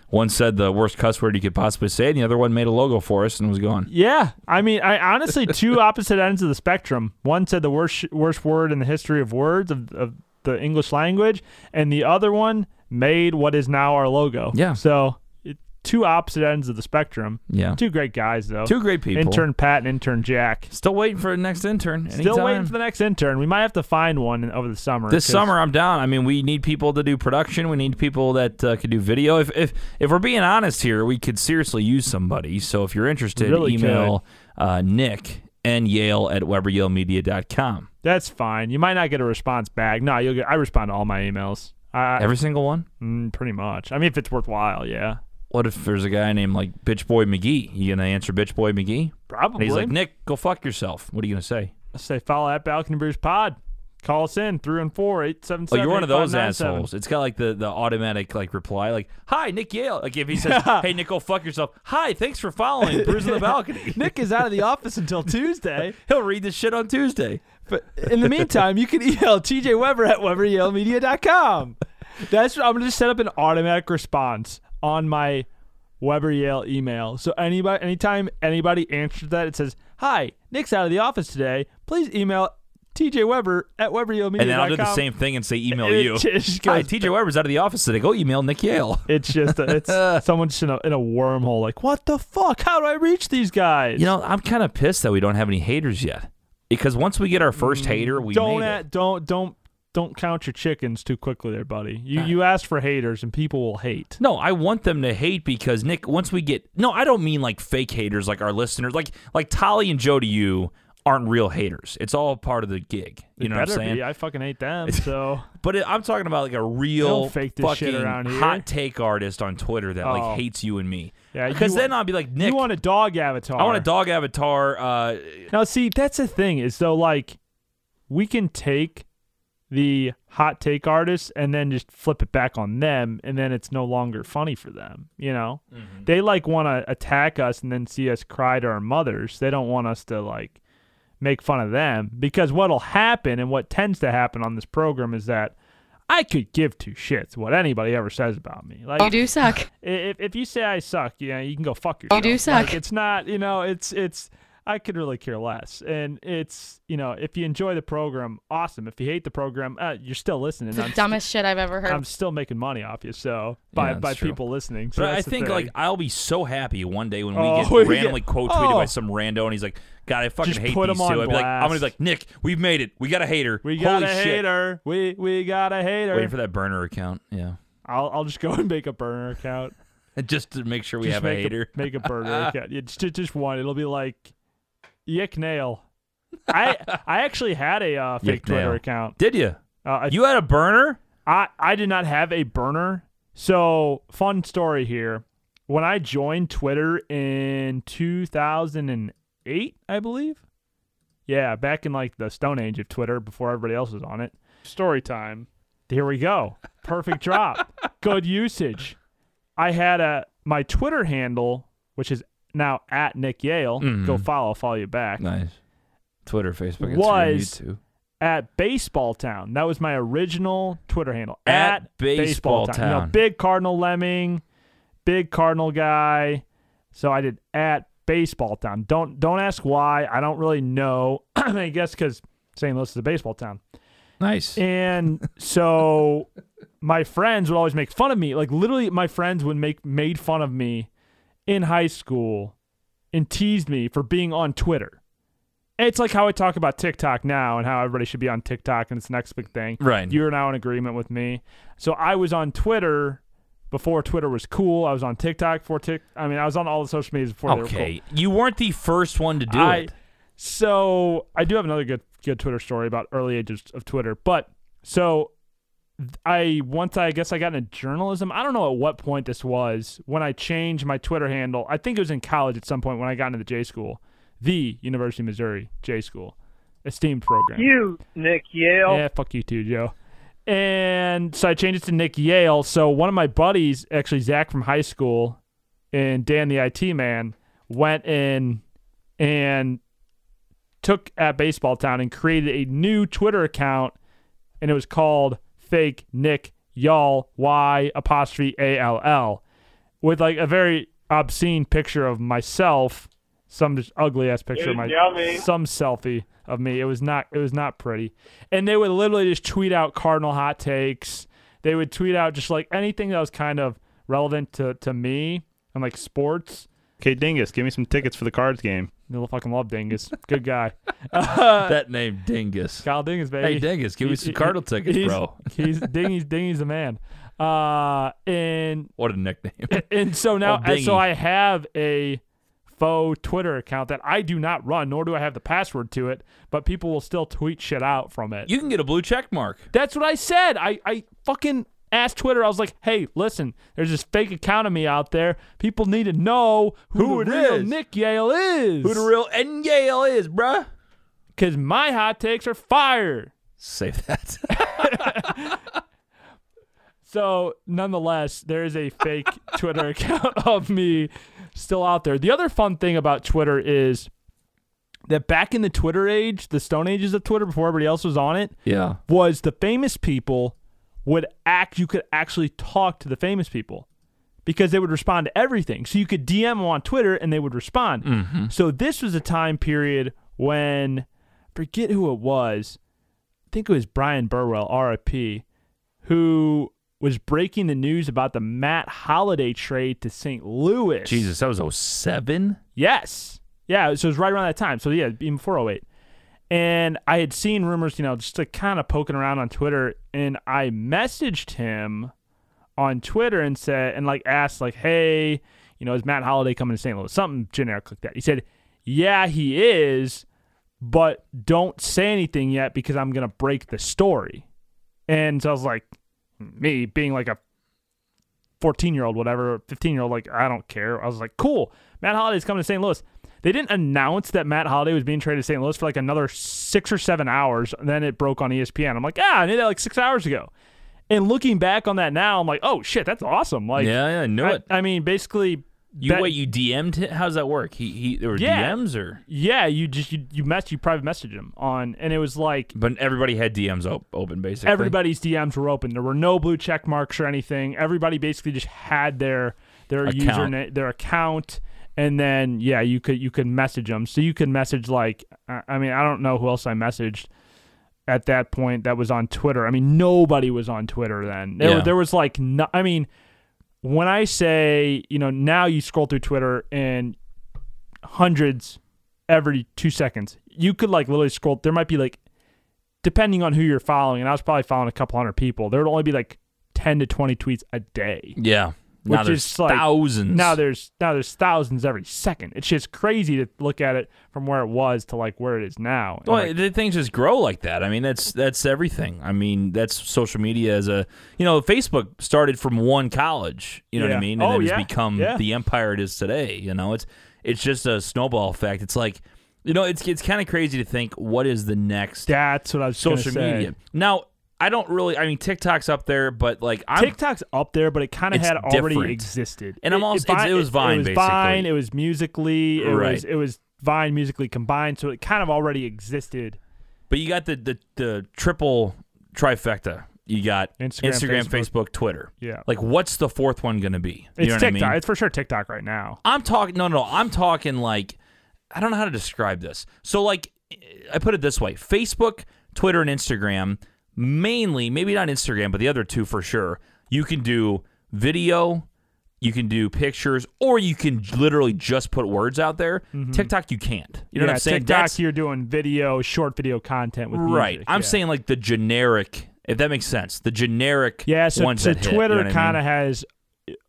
Speaker 1: One said the worst cuss word you could possibly say, and the other one made a logo for us and was gone.
Speaker 2: Yeah, I mean, I honestly two opposite ends of the spectrum. One said the worst worst word in the history of words of, of the English language, and the other one made what is now our logo.
Speaker 1: Yeah.
Speaker 2: So it, two opposite ends of the spectrum.
Speaker 1: Yeah.
Speaker 2: Two great guys though.
Speaker 1: Two great people.
Speaker 2: Intern Pat and intern Jack.
Speaker 1: Still waiting for the next intern.
Speaker 2: Still waiting
Speaker 1: Anytime.
Speaker 2: for the next intern. We might have to find one over the summer.
Speaker 1: This
Speaker 2: 'cause
Speaker 1: summer, I'm down. I mean, we need people to do production. We need people that uh, can do video. If, if if we're being honest here, we could seriously use somebody. So if you're interested,
Speaker 2: Really
Speaker 1: email uh, Nick and Yale at WeberYaleMedia.com.
Speaker 2: That's fine. You might not get a response back. No, you'll get. I respond to all my emails. I,
Speaker 1: Every single one.
Speaker 2: mm, pretty much. I mean, if it's worthwhile, yeah.
Speaker 1: What if there's a guy named like Bitch Boy McGee? You gonna answer Bitch Boy McGee? And
Speaker 2: Probably.
Speaker 1: he's like, Nick, go fuck yourself. What are you gonna say?
Speaker 2: say follow at Balcony Brews Pod. Call us in three and four eight seven
Speaker 1: Oh,
Speaker 2: seven.
Speaker 1: you're one of those assholes. It's got like the, the automatic like reply, like "Hi, Nick Yale." Like if he says, "Hey, Nick, go fuck yourself." Hi, thanks for following Bruise on the Balcony.
Speaker 2: Nick is out of the office until Tuesday.
Speaker 1: He'll read this shit on Tuesday.
Speaker 11: But in the meantime, you can email TJ Weber at WeberYaleMedia.com.
Speaker 2: That's I'm gonna just set up an automatic response on my Weber Yale email. So anybody, anytime anybody answers that, it says, "Hi, Nick's out of the office today. Please email TJ Weber at WeberYaleMedia.com."
Speaker 1: And then I'll do the same thing and say, "Email
Speaker 2: It
Speaker 1: you."
Speaker 2: just
Speaker 1: Hi,
Speaker 2: goes-
Speaker 1: TJ Weber's out of the office today. Go email Nick Yale.
Speaker 2: It's just a, it's someone's just in a, in a wormhole. Like, what the fuck? How do I reach these guys?
Speaker 1: You know, I'm kind of pissed that we don't have any haters yet. Because once we get our first hater, we
Speaker 2: Mm, don't
Speaker 1: made
Speaker 2: at,
Speaker 1: it.
Speaker 2: don't don't don't count your chickens too quickly there buddy you you ask for haters and people will hate
Speaker 1: No, I want them to hate because Nick. Once we get no, I don't mean like fake haters, like our listeners, like like Tolly and Jody. You aren't real haters. It's all part of the gig. You know what I'm
Speaker 2: better
Speaker 1: saying?
Speaker 2: be i fucking hate them so
Speaker 1: But it, I'm talking about like a real
Speaker 2: Don't fake this
Speaker 1: fucking
Speaker 2: shit around here.
Speaker 1: hot take artist on Twitter that
Speaker 2: Oh.
Speaker 1: like hates you and me.
Speaker 2: Yeah, you
Speaker 1: because then
Speaker 2: want-
Speaker 1: I'll be like Nick.
Speaker 2: you want a dog avatar
Speaker 1: I want a dog avatar. Uh,
Speaker 2: now see that's the thing is though like we can take the hot take artists and then just flip it back on them and then it's no longer funny for them you know they like want to attack us and then see us cry to our mothers they don't want us to like make fun of them because what'll happen and what tends to happen on this program is that I could give two shits what anybody ever says about me. Like
Speaker 13: You do suck.
Speaker 2: if, if you say I suck, you know, you can go fuck yourself.
Speaker 13: do suck.
Speaker 2: Like, it's not, you know, it's it's I could really care less. And it's, you know, if you enjoy the program, awesome. If you hate the program, uh, you're still listening.
Speaker 13: It's the
Speaker 2: I'm, st-
Speaker 13: dumbest shit I've ever heard.
Speaker 2: I'm still making money off you, so by
Speaker 1: Yeah, that's
Speaker 2: by
Speaker 1: true.
Speaker 2: people listening. So
Speaker 1: But I
Speaker 2: that's the
Speaker 1: think
Speaker 2: thing.
Speaker 1: like I'll be so happy one day when we
Speaker 2: Oh,
Speaker 1: get
Speaker 2: we get-
Speaker 1: randomly quote tweeted by
Speaker 2: oh.
Speaker 1: some rando and he's like, God, I fucking
Speaker 2: Just
Speaker 1: hate
Speaker 2: put
Speaker 1: these two.
Speaker 2: him on
Speaker 1: I'd be like, I'm gonna be
Speaker 2: blast.
Speaker 1: like, Nick, we've made it. We got a hater.
Speaker 2: we got
Speaker 1: Holy
Speaker 2: a
Speaker 1: shit.
Speaker 2: hater. We we got a hater.
Speaker 1: Waiting for that burner account. Yeah.
Speaker 2: I'll I'll just go and make a burner account.
Speaker 1: Just to make sure we
Speaker 2: just
Speaker 1: have a
Speaker 2: make
Speaker 1: hater.
Speaker 2: make a burner account. Yeah, just, just one. It'll be like Yick Nail. I I actually had a uh, fake
Speaker 1: Yick
Speaker 2: Twitter
Speaker 1: Nail.
Speaker 2: account.
Speaker 1: Did you?
Speaker 2: Uh, I,
Speaker 1: You had a burner?
Speaker 2: I I did not have a burner. So fun story here. When I joined Twitter in 2008, I believe. Yeah, back in like the Stone Age of Twitter before everybody else was on it.
Speaker 9: Story time.
Speaker 2: Here we go. Perfect drop. Good usage. I had a my Twitter handle, which is now at Nick Yale.
Speaker 9: Mm-hmm.
Speaker 2: Go follow, I'll follow you back.
Speaker 1: Nice. Twitter, Facebook, Instagram,
Speaker 2: Was
Speaker 1: YouTube.
Speaker 2: At Baseball Town. That was my original Twitter handle.
Speaker 1: At Baseball
Speaker 2: You know,
Speaker 1: Town.
Speaker 2: big Cardinal Lemming, big Cardinal guy. So I did at Baseball Town. Don't don't ask why. I don't really know. I guess because St. Louis is a baseball town.
Speaker 1: Nice.
Speaker 2: And so my friends would always make fun of me. Like literally my friends would make made fun of me in high school and teased me for being on Twitter. It's like how I talk about TikTok now and how everybody should be on TikTok and it's the next big thing.
Speaker 1: Right.
Speaker 2: You're now in agreement with me. So I was on Twitter before Twitter was cool. I was on TikTok before Tik I mean I was on all the social medias before they were cool.
Speaker 1: okay. You weren't the first one to do
Speaker 2: I,
Speaker 1: it.
Speaker 2: So I do have another good good Twitter story about early ages of Twitter, but so th- I once I guess I got into journalism. I don't know at what point this was when I changed my Twitter handle. I think it was in college at some point when I got into the J school, the University of Missouri J school, esteemed program.
Speaker 12: You, Nick Yale.
Speaker 2: Yeah, fuck you too, Joe. And so I changed it to Nick Yale. So one of my buddies, actually Zach from high school, and Dan the IT man, went in and took at Baseball Town and created a new Twitter account, and it was called Fake Nick Y'all Y apostrophe A L L, with like a very obscene picture of myself, some just ugly ass picture of my
Speaker 10: yummy.
Speaker 2: some selfie of me. It was not it was not pretty. And they would literally just tweet out cardinal hot takes. They would tweet out just like anything that was kind of relevant to to me and like sports.
Speaker 9: Okay, Dingus, give me some tickets for the cards game.
Speaker 2: You'll fucking love Dingus. Good guy.
Speaker 1: that name Dingus.
Speaker 2: Kyle Dingus, baby.
Speaker 1: Hey Dingus, give me
Speaker 2: uh, He-
Speaker 1: some
Speaker 2: he-
Speaker 1: cardinal tickets,
Speaker 2: he's-
Speaker 1: bro.
Speaker 2: He's Dingy's Dingy's the man. Uh and
Speaker 1: What a nickname.
Speaker 2: and so now
Speaker 1: Old
Speaker 2: and
Speaker 1: Dingy.
Speaker 2: so I have a faux Twitter account that I do not run, nor do I have the password to it, but people will still tweet shit out from it.
Speaker 1: you can get a blue check mark.
Speaker 2: That's what I said. I, I fucking asked Twitter. I was like, hey, listen, there's this fake account of me out there. People need to know who,
Speaker 1: Who
Speaker 2: the
Speaker 1: it
Speaker 2: real
Speaker 1: is.
Speaker 2: Nick Yale is.
Speaker 1: Who the real N Yale is, bruh?
Speaker 2: Because my hot takes are fire.
Speaker 1: Save that.
Speaker 2: So, nonetheless, there is a fake Twitter account of me still out there. The other fun thing about Twitter is that back in the Twitter age, the Stone Ages of Twitter, before everybody else was on it,
Speaker 1: yeah.
Speaker 2: was the famous people would act you could actually talk to the famous people because they would respond to everything so you could dm them on twitter and they would respond so this was a time period when forget who it was i think it was brian burwell rip who was breaking the news about the matt holiday trade to st louis
Speaker 1: Jesus, that was 07?
Speaker 2: Yes. Yeah. So it was right around that time. So yeah, even before 08. And I had seen rumors, you know, just like kind of poking around on Twitter. And I messaged him on Twitter and said, and like asked, like, hey, you know, is Matt Holiday coming to St. Louis? Something generic like that. He said, yeah, he is, but don't say anything yet because I'm going to break the story. And so I was like, me being like a 14 year old, whatever, 15 year old, like, I don't care. I was like, cool. Matt Holiday's coming to St. Louis. They didn't announce that Matt Holiday was being traded to St. Louis for like another six or seven hours. And then it broke on ESPN. I'm like, ah, I knew that like six hours ago. And looking back on that now, I'm like, oh shit, that's awesome. Like,
Speaker 1: yeah, yeah, I knew
Speaker 2: I,
Speaker 1: it.
Speaker 2: I mean, basically,
Speaker 1: You
Speaker 2: that-
Speaker 1: wait, you DM'd him? How's that work? He he there were
Speaker 2: Yeah.
Speaker 1: DMs or
Speaker 2: Yeah, you just you you mess you private messaged him on, and it was like
Speaker 1: but everybody had DMs op- open basically.
Speaker 2: everybody's DMs were open. There were no blue check marks or anything. Everybody basically just had their their
Speaker 1: Account.
Speaker 2: username, their account, and then yeah, you could you could message them. So you could message like I I mean I don't know who else I messaged at that point that was on Twitter. I mean nobody was on Twitter then. There,
Speaker 1: Yeah.
Speaker 2: there was like no, I mean when I say you know now you scroll through Twitter and hundreds every two seconds. You could like literally scroll. There might be like, depending on who you're following, and I was probably following a couple hundred people. There would only be like ten to twenty tweets a day.
Speaker 1: Yeah. Now
Speaker 2: Which
Speaker 1: there's
Speaker 2: is like-
Speaker 1: thousands.
Speaker 2: Now there's now there's thousands every second. It's just crazy to look at it from where it was to like where it is now. And,
Speaker 1: well,
Speaker 2: like,
Speaker 1: the things just grow like that. I mean, that's that's everything. I mean, that's social media as a you know, Facebook started from one college. You know what I
Speaker 2: Yeah.
Speaker 1: mean? And
Speaker 2: Oh,
Speaker 1: then it's
Speaker 2: yeah.
Speaker 1: become
Speaker 2: Yeah.
Speaker 1: the empire it is today. You know, it's it's just a snowball effect. It's like you know, it's it's kind of crazy to think what is the next
Speaker 2: that's what I was gonna
Speaker 1: social
Speaker 2: say.
Speaker 1: media. Now, I don't really. I mean, TikTok's up there, but like I'm
Speaker 2: TikTok's up there, but it kind of
Speaker 1: It's
Speaker 2: had already
Speaker 1: different.
Speaker 2: existed.
Speaker 1: And I'm also- it's- it was Vine,
Speaker 2: It was
Speaker 1: basically.
Speaker 2: Vine. It was musically. It
Speaker 1: Right.
Speaker 2: was it was Vine musically combined. So it kind of already existed.
Speaker 1: But you got the the, the triple trifecta. You got
Speaker 2: Instagram,
Speaker 1: Facebook.
Speaker 2: Facebook.
Speaker 1: Twitter.
Speaker 2: Yeah.
Speaker 1: Like, what's the fourth one going to be? You
Speaker 2: It's
Speaker 1: know what
Speaker 2: TikTok.
Speaker 1: I mean?
Speaker 2: It's for sure TikTok right now.
Speaker 1: I'm talking. No, no, no. I'm talking like I don't know how to describe this. So like I put it this way: Facebook, Twitter, and Instagram. Mainly, maybe not Instagram, but the other two for sure. You can do video, you can do pictures, or you can literally just put words out there. TikTok, you can't. You know what
Speaker 2: Mm-hmm. Yeah,
Speaker 1: I'm saying?
Speaker 2: TikTok,
Speaker 1: That's-
Speaker 2: you're doing video, short video content with
Speaker 1: right.
Speaker 2: music,
Speaker 1: I'm
Speaker 2: yeah.
Speaker 1: saying like the generic, if that makes sense. The generic
Speaker 2: yeah. So,
Speaker 1: ones
Speaker 2: so
Speaker 1: that hit, you know
Speaker 2: Twitter
Speaker 1: what I mean?
Speaker 2: kind of has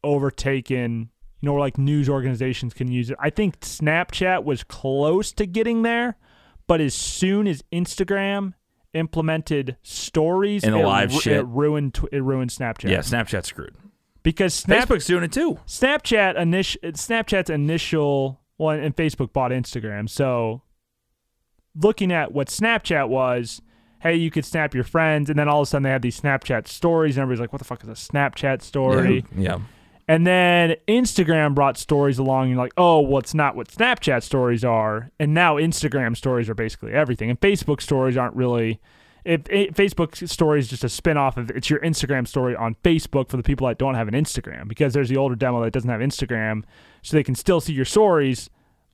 Speaker 2: overtaken. You know, where like news organizations can use it. I think Snapchat was close to getting there, but as soon as Instagram implemented stories
Speaker 1: And the
Speaker 2: it
Speaker 1: live
Speaker 2: ru-
Speaker 1: shit.
Speaker 2: it ruined tw- it ruined Snapchat.
Speaker 1: yeah, Snapchat's screwed.
Speaker 2: because Snap-
Speaker 1: Facebook's doing it too.
Speaker 2: Snapchat initial Snapchat's initial well, and Facebook bought Instagram. So looking at what Snapchat was, hey, you could snap your friends, and then all of a sudden they had these Snapchat stories, and everybody's like, "What the fuck is a Snapchat story?"
Speaker 1: Yeah.
Speaker 2: And then Instagram brought stories along, and you're like, "Oh, well, it's not what Snapchat stories are." And now Instagram stories are basically everything, and Facebook stories aren't really. If it, Facebook stories just a spin off of it's your Instagram story on Facebook for the people that don't have an Instagram because there's the older demo that doesn't have Instagram, so they can still see your stories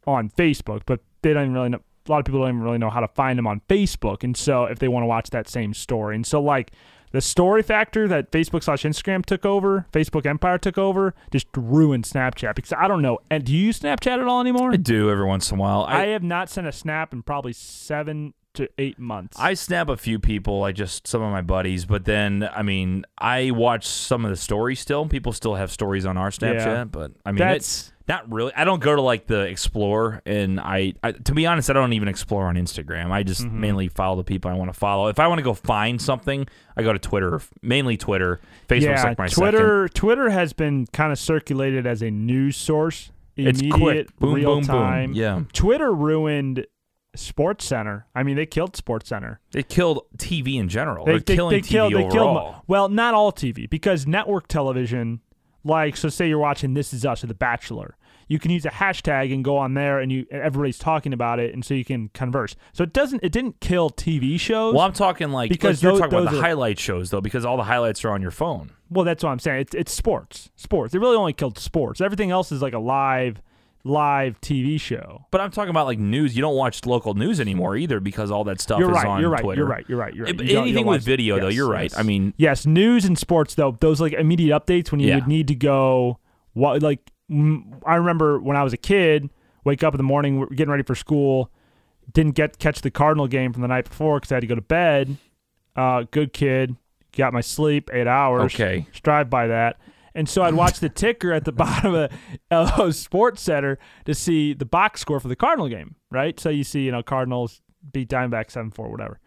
Speaker 2: on Facebook, but they don't even really know. A lot of people don't even really know how to find them on Facebook, and so if they want to watch that same story, and so like the story factor that Facebook slash Instagram took over, Facebook Empire took over, just ruined Snapchat because I don't know. And do you use Snapchat at all anymore?
Speaker 1: I do every once in a while.
Speaker 2: I have not sent a snap in probably seven to eight months.
Speaker 1: I snap a few people, I just some of my buddies, but then I mean, I watch some of the stories still. People still have stories on our Snapchat,
Speaker 2: Yeah.
Speaker 1: but I mean, it's
Speaker 2: That's-
Speaker 1: not really. I don't go to like the explore, and I, I to be honest, I don't even explore on Instagram. I just
Speaker 2: Mm-hmm.
Speaker 1: mainly follow the people I want to follow. If I want to go find something, I go to Twitter, mainly Twitter. Facebook's
Speaker 2: yeah,
Speaker 1: like my
Speaker 2: Twitter. Twitter has been kind of circulated as a news source,
Speaker 1: It's
Speaker 2: immediate,
Speaker 1: quick. Boom, Hmm.
Speaker 2: real
Speaker 1: boom, boom.
Speaker 2: time.
Speaker 1: Yeah.
Speaker 2: Twitter ruined Sports Center. I mean, they killed Sports Center.
Speaker 1: second. It killed TV in general.
Speaker 2: They,
Speaker 1: They're
Speaker 2: they,
Speaker 1: killing
Speaker 2: they
Speaker 1: TV
Speaker 2: killed. They killed.
Speaker 1: overall.
Speaker 2: mo- Well, not all TV because network television, like so, say you're watching This Is Us or The Bachelor, you can use a hashtag and go on there, and you and everybody's talking about it, and so you can converse. So it doesn't. It didn't kill TV shows.
Speaker 1: well, I'm talking like like
Speaker 2: Because
Speaker 1: you're
Speaker 2: tho-
Speaker 1: talking about
Speaker 2: those
Speaker 1: the
Speaker 2: are-
Speaker 1: highlight shows though, because all the highlights are on your phone.
Speaker 2: Well, that's what I'm saying. It's it's sports. Sports. It really only killed sports. Everything else is like a live live TV show.
Speaker 1: But I'm talking about like news. You don't watch local news anymore either because all that stuff
Speaker 2: You're
Speaker 1: is
Speaker 2: right,
Speaker 1: on
Speaker 2: you're right,
Speaker 1: Twitter.
Speaker 2: you're right. You're right. You're right.
Speaker 1: But
Speaker 2: You don't- you
Speaker 1: anything
Speaker 2: don't
Speaker 1: with
Speaker 2: watch-
Speaker 1: video though,
Speaker 2: yes,
Speaker 1: you're right.
Speaker 2: yes.
Speaker 1: I mean,
Speaker 2: Yes, news and sports though. Those like immediate updates when you
Speaker 1: Yeah.
Speaker 2: would need to go. What like mm, I remember when I was a kid, wake up in the morning, we're getting ready for school, didn't get catch the Cardinal game from the night before because I had to go to bed. Uh, good kid, got my sleep eight hours.
Speaker 1: Okay.
Speaker 2: strive by that. And so I'd watch the ticker at the bottom of LO Sports Center to see the box score for the Cardinal game. Right, so you see, you know, Cardinals beat Diamondback seven four, whatever.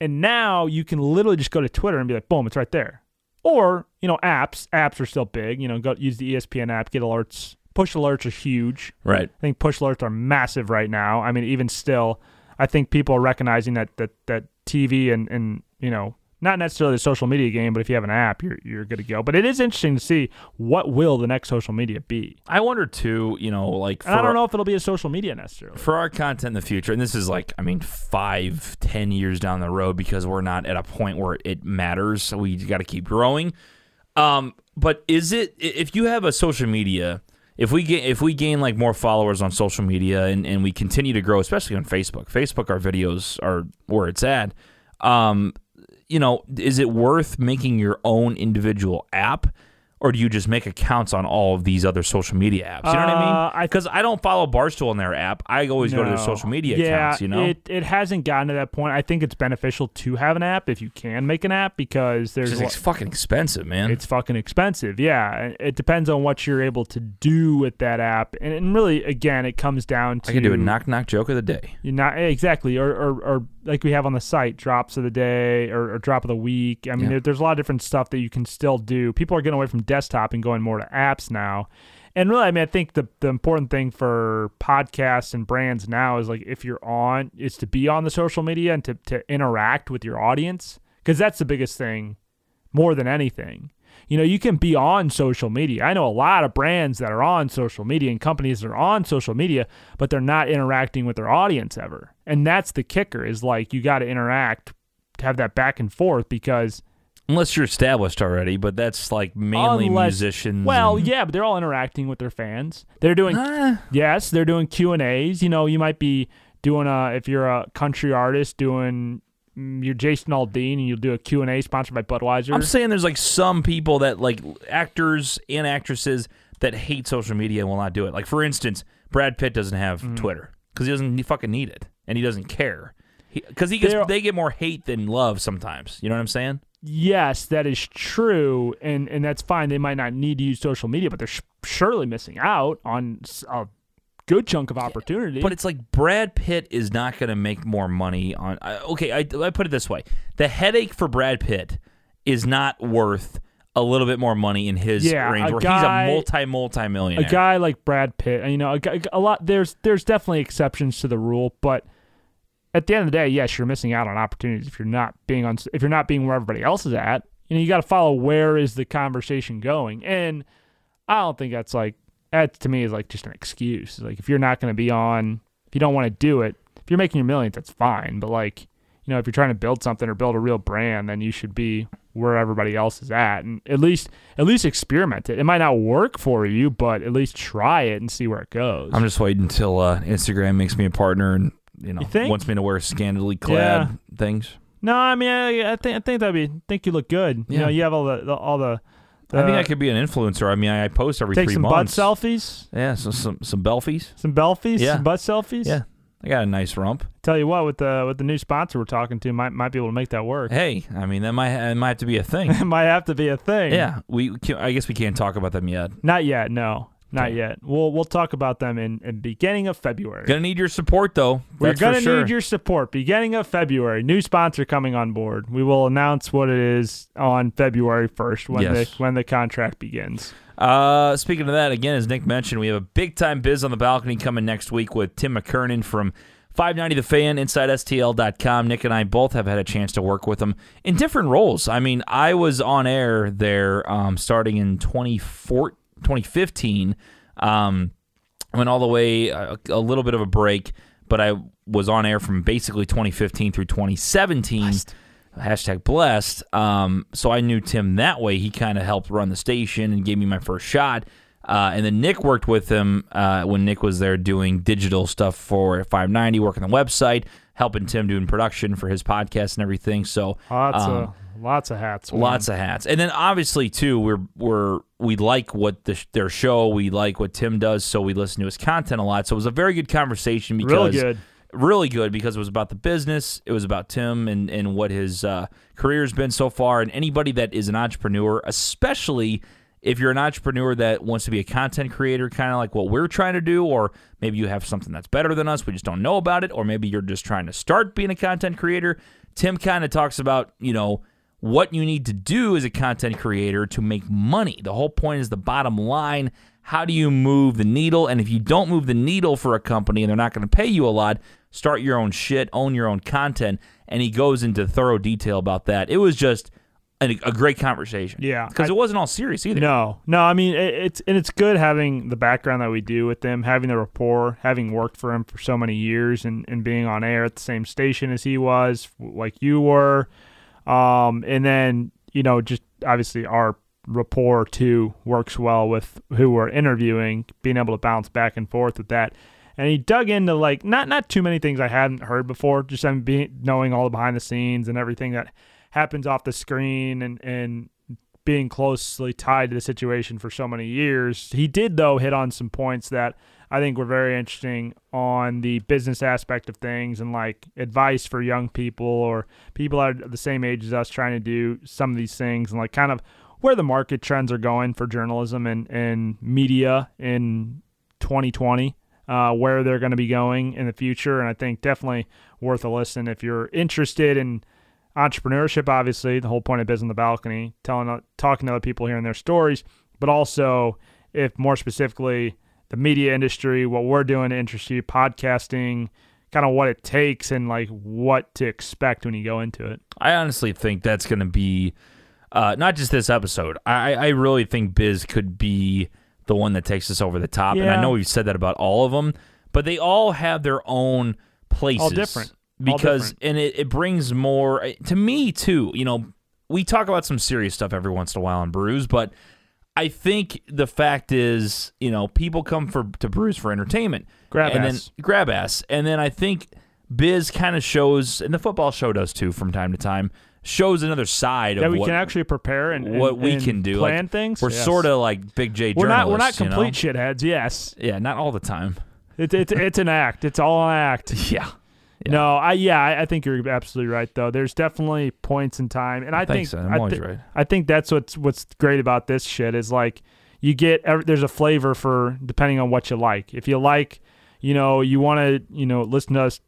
Speaker 2: And now you can literally just go to Twitter and be like, boom, it's right there. Or, you know, apps. Apps are still big. You know, go use the E ESPN app, get alerts. Push alerts are huge.
Speaker 1: right.
Speaker 2: I think push alerts are massive right now. I mean, even still, I think people are recognizing that that, that TV and, and you know not necessarily a social media game, but if you have an app, you're you're good to go. But it is interesting to see what will the next social media be.
Speaker 1: I wonder too, you know, like for,
Speaker 2: And I don't know if it'll be a social media necessarily.
Speaker 1: for our content in the future, and this is like, I mean, five, ten years down the road because we're not at a point where it matters. So we got to keep growing. Um, but is it i- if you have a social media? If we get if we gain like more followers on social media and, and we continue to grow, especially on Facebook, Facebook our videos are where it's at. Um, you know, is it worth making your own individual app, or do you just make accounts on all of these other social media apps? You know what
Speaker 2: Uh,
Speaker 1: I mean?
Speaker 2: I-
Speaker 1: Because I don't follow Barstool on their app. I always go to their
Speaker 2: No.
Speaker 1: social media
Speaker 2: yeah,
Speaker 1: accounts. You know,
Speaker 2: it it hasn't gotten to that point. I think it's beneficial to have an app if you can make an app because there's
Speaker 1: it's
Speaker 2: a
Speaker 1: ex-
Speaker 2: lot-
Speaker 1: fucking expensive, man.
Speaker 2: it's fucking expensive. Yeah, and it depends on what you're able to do with that app, and, and really, again, it comes down to
Speaker 1: I could do a knock knock joke of the day.
Speaker 2: You're not eh, exactly, or, or or like we have on the site, drops of the day or, or drop of the week. I mean,
Speaker 1: Yeah.
Speaker 2: there, there's a lot of different stuff that you can still do. People are getting away from desktop and going more to apps now. And really, I mean, I think the the important thing for podcasts and brands now is like if you're on, is to be on the social media and to to interact with your audience because that's the biggest thing more than anything. You know, you can be on social media. I know a lot of brands that are on social media and companies that are on social media, but they're not interacting with their audience ever. And that's the kicker is like you got to interact to have that back and forth because
Speaker 1: Unless you're established already, but that's like mainly
Speaker 2: unless,
Speaker 1: musicians.
Speaker 2: Well,
Speaker 1: and-
Speaker 2: yeah, but they're all interacting with their fans. They're doing
Speaker 1: Ah.
Speaker 2: Yes, they're doing Q and A's. You know, you might be doing a if you're a country artist doing mm, you're Jason Aldean and you'll do a Q and A sponsored by Budweiser.
Speaker 1: I'm saying there's like some people that like actors and actresses that hate social media and will not do it. Like for instance, Brad Pitt doesn't have Twitter because he doesn't he fucking need it and he doesn't care because he, gets
Speaker 2: They're-
Speaker 1: they get more hate than love sometimes. You know what I'm saying?
Speaker 2: yes, that is true, and and that's fine. They might not need to use social media, but they're sh- surely missing out on s- a good chunk of opportunity.
Speaker 1: But it's like Brad Pitt is not going to make more money on. I, okay, I, I put it this way: the headache for Brad Pitt is not worth a little bit more money in his
Speaker 2: Yeah,
Speaker 1: range,
Speaker 2: a
Speaker 1: where
Speaker 2: guy-
Speaker 1: he's a multi multi
Speaker 2: a
Speaker 1: millionaire.
Speaker 2: guy like Brad Pitt, you know, a, guy- a lot. There's there's definitely exceptions to the rule, but at the end of the day, yes, you're missing out on opportunities if you're not being on if you're not being where everybody else is at. You know, you got to follow where is the conversation going, and I don't think that's like that to me is like just an excuse. Like if you're not going to be on, if you don't want to do it, if you're making your millions, that's fine. But like you know, if you're trying to build something or build a real brand, then you should be where everybody else is at, and at least at least experiment it. It might not work for you, but at least try it and see where it goes.
Speaker 1: I'm just waiting until uh, Instagram makes me a partner and you know
Speaker 2: You think?
Speaker 1: wants me to wear scantily clad things.
Speaker 2: no, I mean, I, I think I think that'd be think you look good. You
Speaker 1: Yeah.
Speaker 2: know, you have all the, the all the,
Speaker 1: I think
Speaker 2: the-
Speaker 1: I could be an influencer. I mean, I, I post every
Speaker 2: Uh, take
Speaker 1: three
Speaker 2: some
Speaker 1: months.
Speaker 2: butt selfies,
Speaker 1: Yeah, so some some belfies.
Speaker 2: some belfies,
Speaker 1: Yeah.
Speaker 2: some butt selfies.
Speaker 1: Yeah, I got a nice rump.
Speaker 2: Tell you what, with the with the new sponsor we're talking to, might might be able to make that work.
Speaker 1: Hey, I mean that might it might have to be a thing.
Speaker 2: it might have to be a thing.
Speaker 1: yeah, we can, I guess we can't talk about them yet.
Speaker 2: Not yet, no. Not
Speaker 1: Okay.
Speaker 2: yet. We'll we'll talk about them in, in beginning of February.
Speaker 1: Gonna need your support though.
Speaker 2: We're
Speaker 1: That's
Speaker 2: gonna
Speaker 1: for sure.
Speaker 2: need your support. Beginning of February, new sponsor coming on board. We will announce what it is on February first when
Speaker 1: Yes.
Speaker 2: the when the contract begins.
Speaker 1: Uh, speaking of that, again, as Nick mentioned, we have a big time biz on the balcony coming next week with Tim McKernan from 590 The Fan, InsideSTL.com. Nick and I both have had a chance to work with him in different roles. I mean, I was on air there um, starting in 2014, 2015. Um, I went all the way a, a little bit of a break, but I was on air from basically 2015 through 2017. Hashtag blessed. Um, so I knew Tim that way. He kind of helped run the station and gave me my first shot. Uh, and then Nick worked with him uh, when Nick was there doing digital stuff for 590, working the website, helping Tim doing production for his podcast and everything. So
Speaker 2: Lots
Speaker 1: um,
Speaker 2: of lots of hats. man.
Speaker 1: Lots of hats,
Speaker 2: Mm-hmm.
Speaker 1: and then obviously too, we're we're we like what the, sh- their show, we like what Tim does, so we listen to his content a lot. So it was a very good conversation
Speaker 2: Really
Speaker 1: because
Speaker 2: good.
Speaker 1: really good because it was about the business, it was about Tim and and what his uh, career has been so far, and anybody that is an entrepreneur, especially if you're an entrepreneur that wants to be a content creator, kind of like what we're trying to do, or maybe you have something that's better than us, we just don't know about it, or maybe you're just trying to start being a content creator. Tim kind of talks about you know what you need to do as a content creator to make money. The whole point is the bottom line. How do you move the needle? And if you don't move the needle for a company and they're not going to pay you a lot, start your own shit, own your own content. And he goes into thorough detail about that. It was just a, a great conversation.
Speaker 2: Yeah,
Speaker 1: Because
Speaker 2: I-
Speaker 1: it wasn't all serious either.
Speaker 2: No, no. I mean, it, it's and it's good having the background that we do with them, having the rapport, having worked for him for so many years, and and being on air at the same station as he was, like you were, um, and then you know, just obviously our rapport too works well with who we're interviewing, being able to bounce back and forth with that. And he dug into like not not too many things I hadn't heard before, just him being knowing all the behind the scenes and everything that happens off the screen and and being closely tied to the situation for so many years. He did, though, hit on some points that I think were very interesting on the business aspect of things and like advice for young people or people that are the same age as us trying to do some of these things and like kind of where the market trends are going for journalism and, and media in 2020. Uh, where they're going to be going in the future, and I think definitely worth a listen if you're interested in entrepreneurship obviously the whole point of biz on the balcony telling talking to other people hearing their stories but also if more specifically the media industry what we're doing to interest you podcasting kind of what it takes and like what to expect when you go into it
Speaker 1: I honestly think that's going to be uh, not just this episode. I, I really think Biz could be the one that takes us over the top. And I
Speaker 2: Yeah.
Speaker 1: know we've said that about all of them, but they all have their own places.
Speaker 2: different. All
Speaker 1: Because, and it, it brings more, eh, to me too, you know, we talk about some serious stuff every once in a while on Brews, but I think the fact is, you know, people come for to Brews for entertainment.
Speaker 2: Grab
Speaker 1: and
Speaker 2: ass.
Speaker 1: Then, grab ass. And then I think Biz kind of shows, and the football show does too from time to time, shows another side
Speaker 2: that
Speaker 1: of
Speaker 2: we
Speaker 1: what,
Speaker 2: can actually prepare and, and-
Speaker 1: what we
Speaker 2: and
Speaker 1: can do. Like,
Speaker 2: plan things
Speaker 1: We're
Speaker 2: Yes.
Speaker 1: sort of like big J
Speaker 2: we're not we're not
Speaker 1: journalists, you know?
Speaker 2: complete shitheads yes
Speaker 1: Yeah, not all the time.
Speaker 2: it's it's it's an act it's all an act
Speaker 1: Yeah.
Speaker 2: No, I yeah, I, I think you're absolutely right though. There's definitely points in time, and I, think
Speaker 1: Thanks, Ed. I'm
Speaker 2: I
Speaker 1: always
Speaker 2: thi-
Speaker 1: right.
Speaker 2: I think that's what's what's great about this shit is like you get every, there's a flavor for depending on what you like. If you like, you know, you want to you know listen to us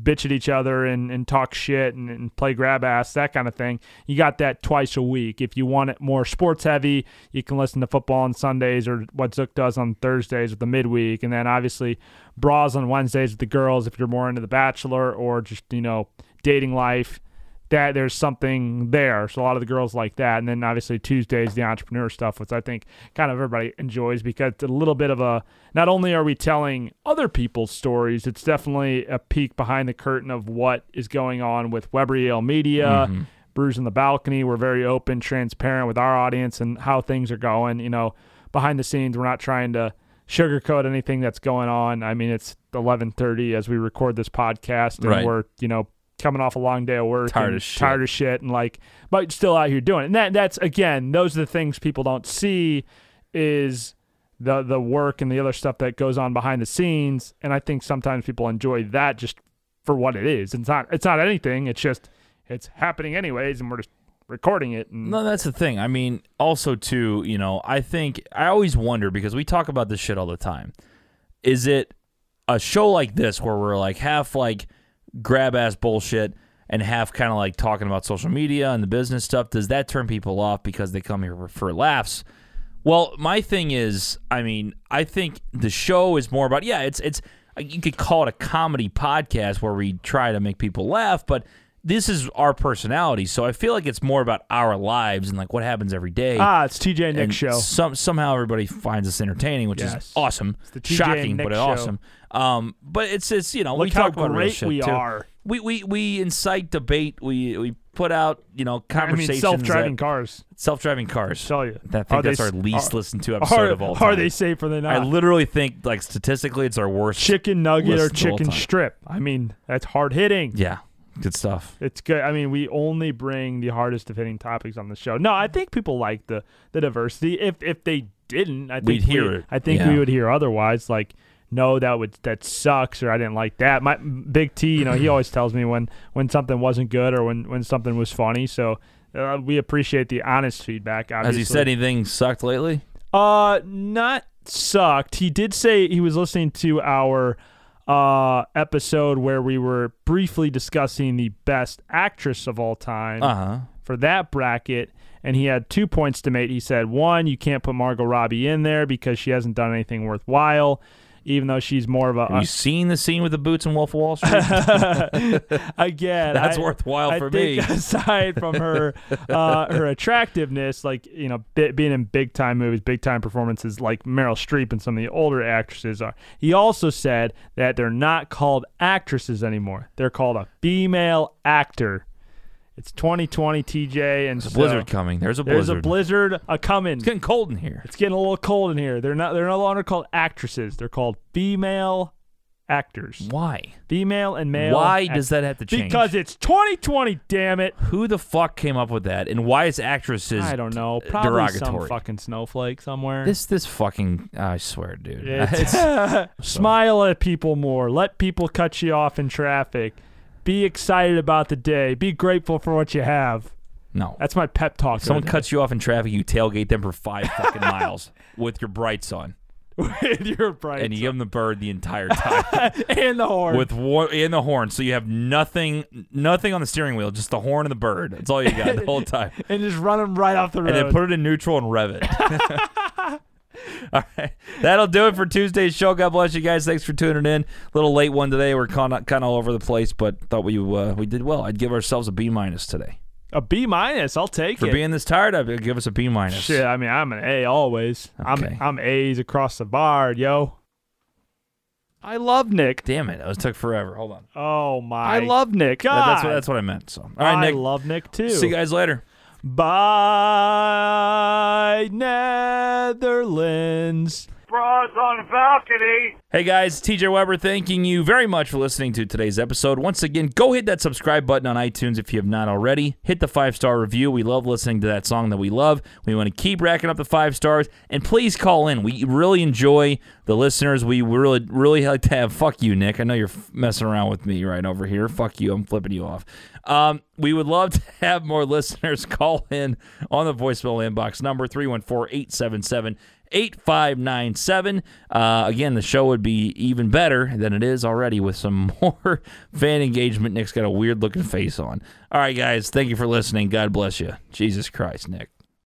Speaker 2: bitch at each other and, and talk shit and, and play grab ass that kind of thing you got that twice a week if you want it more sports heavy you can listen to football on sundays or what zook does on thursdays with the midweek and then obviously bras on wednesdays with the girls if you're more into the bachelor or just you know dating life that there's something there so a lot of the girls like that and then obviously tuesdays the entrepreneur stuff which i think kind of everybody enjoys because it's a little bit of a not only are we telling other people's stories it's definitely a peek behind the curtain of what is going on with weber yale media brews in the balcony we're very open transparent with our audience and how things are going you know behind the scenes we're not trying to sugarcoat anything that's going on i mean it's 11.30 as we record this podcast and
Speaker 1: Right.
Speaker 2: we're you know coming off a long day of work
Speaker 1: Tired
Speaker 2: and
Speaker 1: as shit.
Speaker 2: tired of shit and like but still out here doing it and that, that's again those are the things people don't see is the the work and the other stuff that goes on behind the scenes and i think sometimes people enjoy that just for what it is it's not it's not anything it's just it's happening anyways and we're just recording it and
Speaker 1: No, that's the thing. I mean, also too, you know, I think I always wonder because we talk about this shit all the time. Is it a show like this where we're like half like grab ass bullshit and half kind of like talking about social media and the business stuff? Does that turn people off because they come here for laughs? Well, my thing is, I mean, I think the show is more about yeah, it's it's you could call it a comedy podcast where we try to make people laugh, but this is our personality, so I feel like it's more about our lives and like what happens every day.
Speaker 2: ah it's tj and
Speaker 1: and
Speaker 2: nick show
Speaker 1: Some somehow everybody finds us entertaining, which is
Speaker 2: Yes.
Speaker 1: awesome,
Speaker 2: the TJ and
Speaker 1: shocking,
Speaker 2: Nick
Speaker 1: but
Speaker 2: show.
Speaker 1: awesome. Um, but it's it's you know we
Speaker 2: Look how
Speaker 1: talk about real
Speaker 2: great
Speaker 1: shit,
Speaker 2: we
Speaker 1: too.
Speaker 2: are.
Speaker 1: We, we we incite debate. We we put out you know
Speaker 2: i mean
Speaker 1: conversations.
Speaker 2: self-driving
Speaker 1: that-
Speaker 2: cars
Speaker 1: Self-driving cars.
Speaker 2: tell you
Speaker 1: I think
Speaker 2: Are
Speaker 1: that's
Speaker 2: they-
Speaker 1: our least
Speaker 2: are-
Speaker 1: listened to episode
Speaker 2: are,
Speaker 1: of all time.
Speaker 2: are they uh, safe or they not
Speaker 1: I literally think, like statistically, it's our worst.
Speaker 2: chicken nugget or
Speaker 1: Listen the whole
Speaker 2: chicken
Speaker 1: time.
Speaker 2: strip. I mean, that's hard hitting.
Speaker 1: yeah, good stuff.
Speaker 2: It's good. I mean, we only bring the hardest of hitting topics on the show. No, I think people like the the diversity. If if they didn't, I think
Speaker 1: We'd
Speaker 2: we-
Speaker 1: hear it.
Speaker 2: I think
Speaker 1: Yeah.
Speaker 2: we would hear otherwise. Like, no, that would that sucks, or I didn't like that. My Big T, you know, he always tells me when when something wasn't good or when when something was funny. So. Uh, we appreciate the honest feedback. Obviously.
Speaker 1: Has he said anything sucked lately?
Speaker 2: Uh, not sucked. He did say he was listening to our uh episode where we were briefly discussing the best actress of all time
Speaker 1: Uh huh.
Speaker 2: for that bracket, and he had two points to make. He said, one, you can't put Margot Robbie in there because she hasn't done anything worthwhile, even though she's more of a.
Speaker 1: Have you seen the scene with the boots in Wolf of Wall Street?
Speaker 2: again,
Speaker 1: That's
Speaker 2: I-
Speaker 1: worthwhile
Speaker 2: I
Speaker 1: for
Speaker 2: think
Speaker 1: me.
Speaker 2: Aside from her uh, her attractiveness, like you know, bi- being in big time movies, big time performances, like Meryl Streep and some of the older actresses are. He also said that they're not called actresses anymore; they're called a female actor. It's 2020, TJ, and
Speaker 1: There's a
Speaker 2: so
Speaker 1: blizzard coming. There's a blizzard.
Speaker 2: There's a blizzard a coming.
Speaker 1: It's getting cold in here.
Speaker 2: It's getting a little cold in here. They're not. They're no longer called actresses. They're called female actors.
Speaker 1: Why?
Speaker 2: Female and male.
Speaker 1: Why
Speaker 2: act-
Speaker 1: does that have to change?
Speaker 2: Because it's 2020. Damn it.
Speaker 1: who the fuck came up with that, and why is actresses?
Speaker 2: I don't know. Probably some
Speaker 1: derogatory.
Speaker 2: fucking snowflake somewhere.
Speaker 1: This this fucking I swear, dude.
Speaker 2: It's- smile at people more. Let people cut you off in traffic. Be excited about the day. Be grateful for what you have.
Speaker 1: no.
Speaker 2: That's my pep talk. of the
Speaker 1: Someone
Speaker 2: day.
Speaker 1: cuts you off in traffic, you tailgate them for five fucking miles with your brights on,
Speaker 2: with your bright
Speaker 1: and you give them the bird the entire time
Speaker 2: and the horn.
Speaker 1: with war- and the horn. So you have nothing, nothing on the steering wheel, just the horn and the bird. That's all you got the whole time.
Speaker 2: and just run them right off the road.
Speaker 1: and then put it in neutral and rev it. All right. That'll do it for Tuesday's show. God bless you guys. Thanks for tuning in. A little late one today. We're kind of, kind of all over the place, but thought we uh, we did well. I'd give ourselves a B minus today
Speaker 2: a B minus. I'll take
Speaker 1: for
Speaker 2: it.
Speaker 1: being this tired. I'd give us a B minus.
Speaker 2: Shit, I mean, I'm an A always.
Speaker 1: Okay.
Speaker 2: I'm I'm A's across the bar, yo. I love Nick.
Speaker 1: Damn it! It took forever. Hold on.
Speaker 2: Oh my!
Speaker 9: I love Nick.
Speaker 1: That-
Speaker 2: God.
Speaker 1: that's what that's what I meant. So all right,
Speaker 2: Ah. I
Speaker 1: Nick.
Speaker 2: love Nick too.
Speaker 1: See you guys later.
Speaker 2: Bye, Netherlands.
Speaker 10: Broads on balcony.
Speaker 1: Hey guys, TJ Weber thanking you very much for listening to today's episode. Once again, go hit that subscribe button on iTunes if you have not already. Hit the five star review. We love listening to that song that we love. We want to keep racking up the five stars. And please call in. We really enjoy the listeners. We really, really like to have. Fuck you, Nick. I know you're f- messing around with me right over here. Fuck you. I'm flipping you off. Um, we would love to have more listeners call in on the voicemail inbox number 314 877 8597. Uh, again, the show would be even better than it is already with some more fan engagement. Nick's got a weird looking face on. All right, guys. Thank you for listening. God bless you. Jesus Christ, Nick.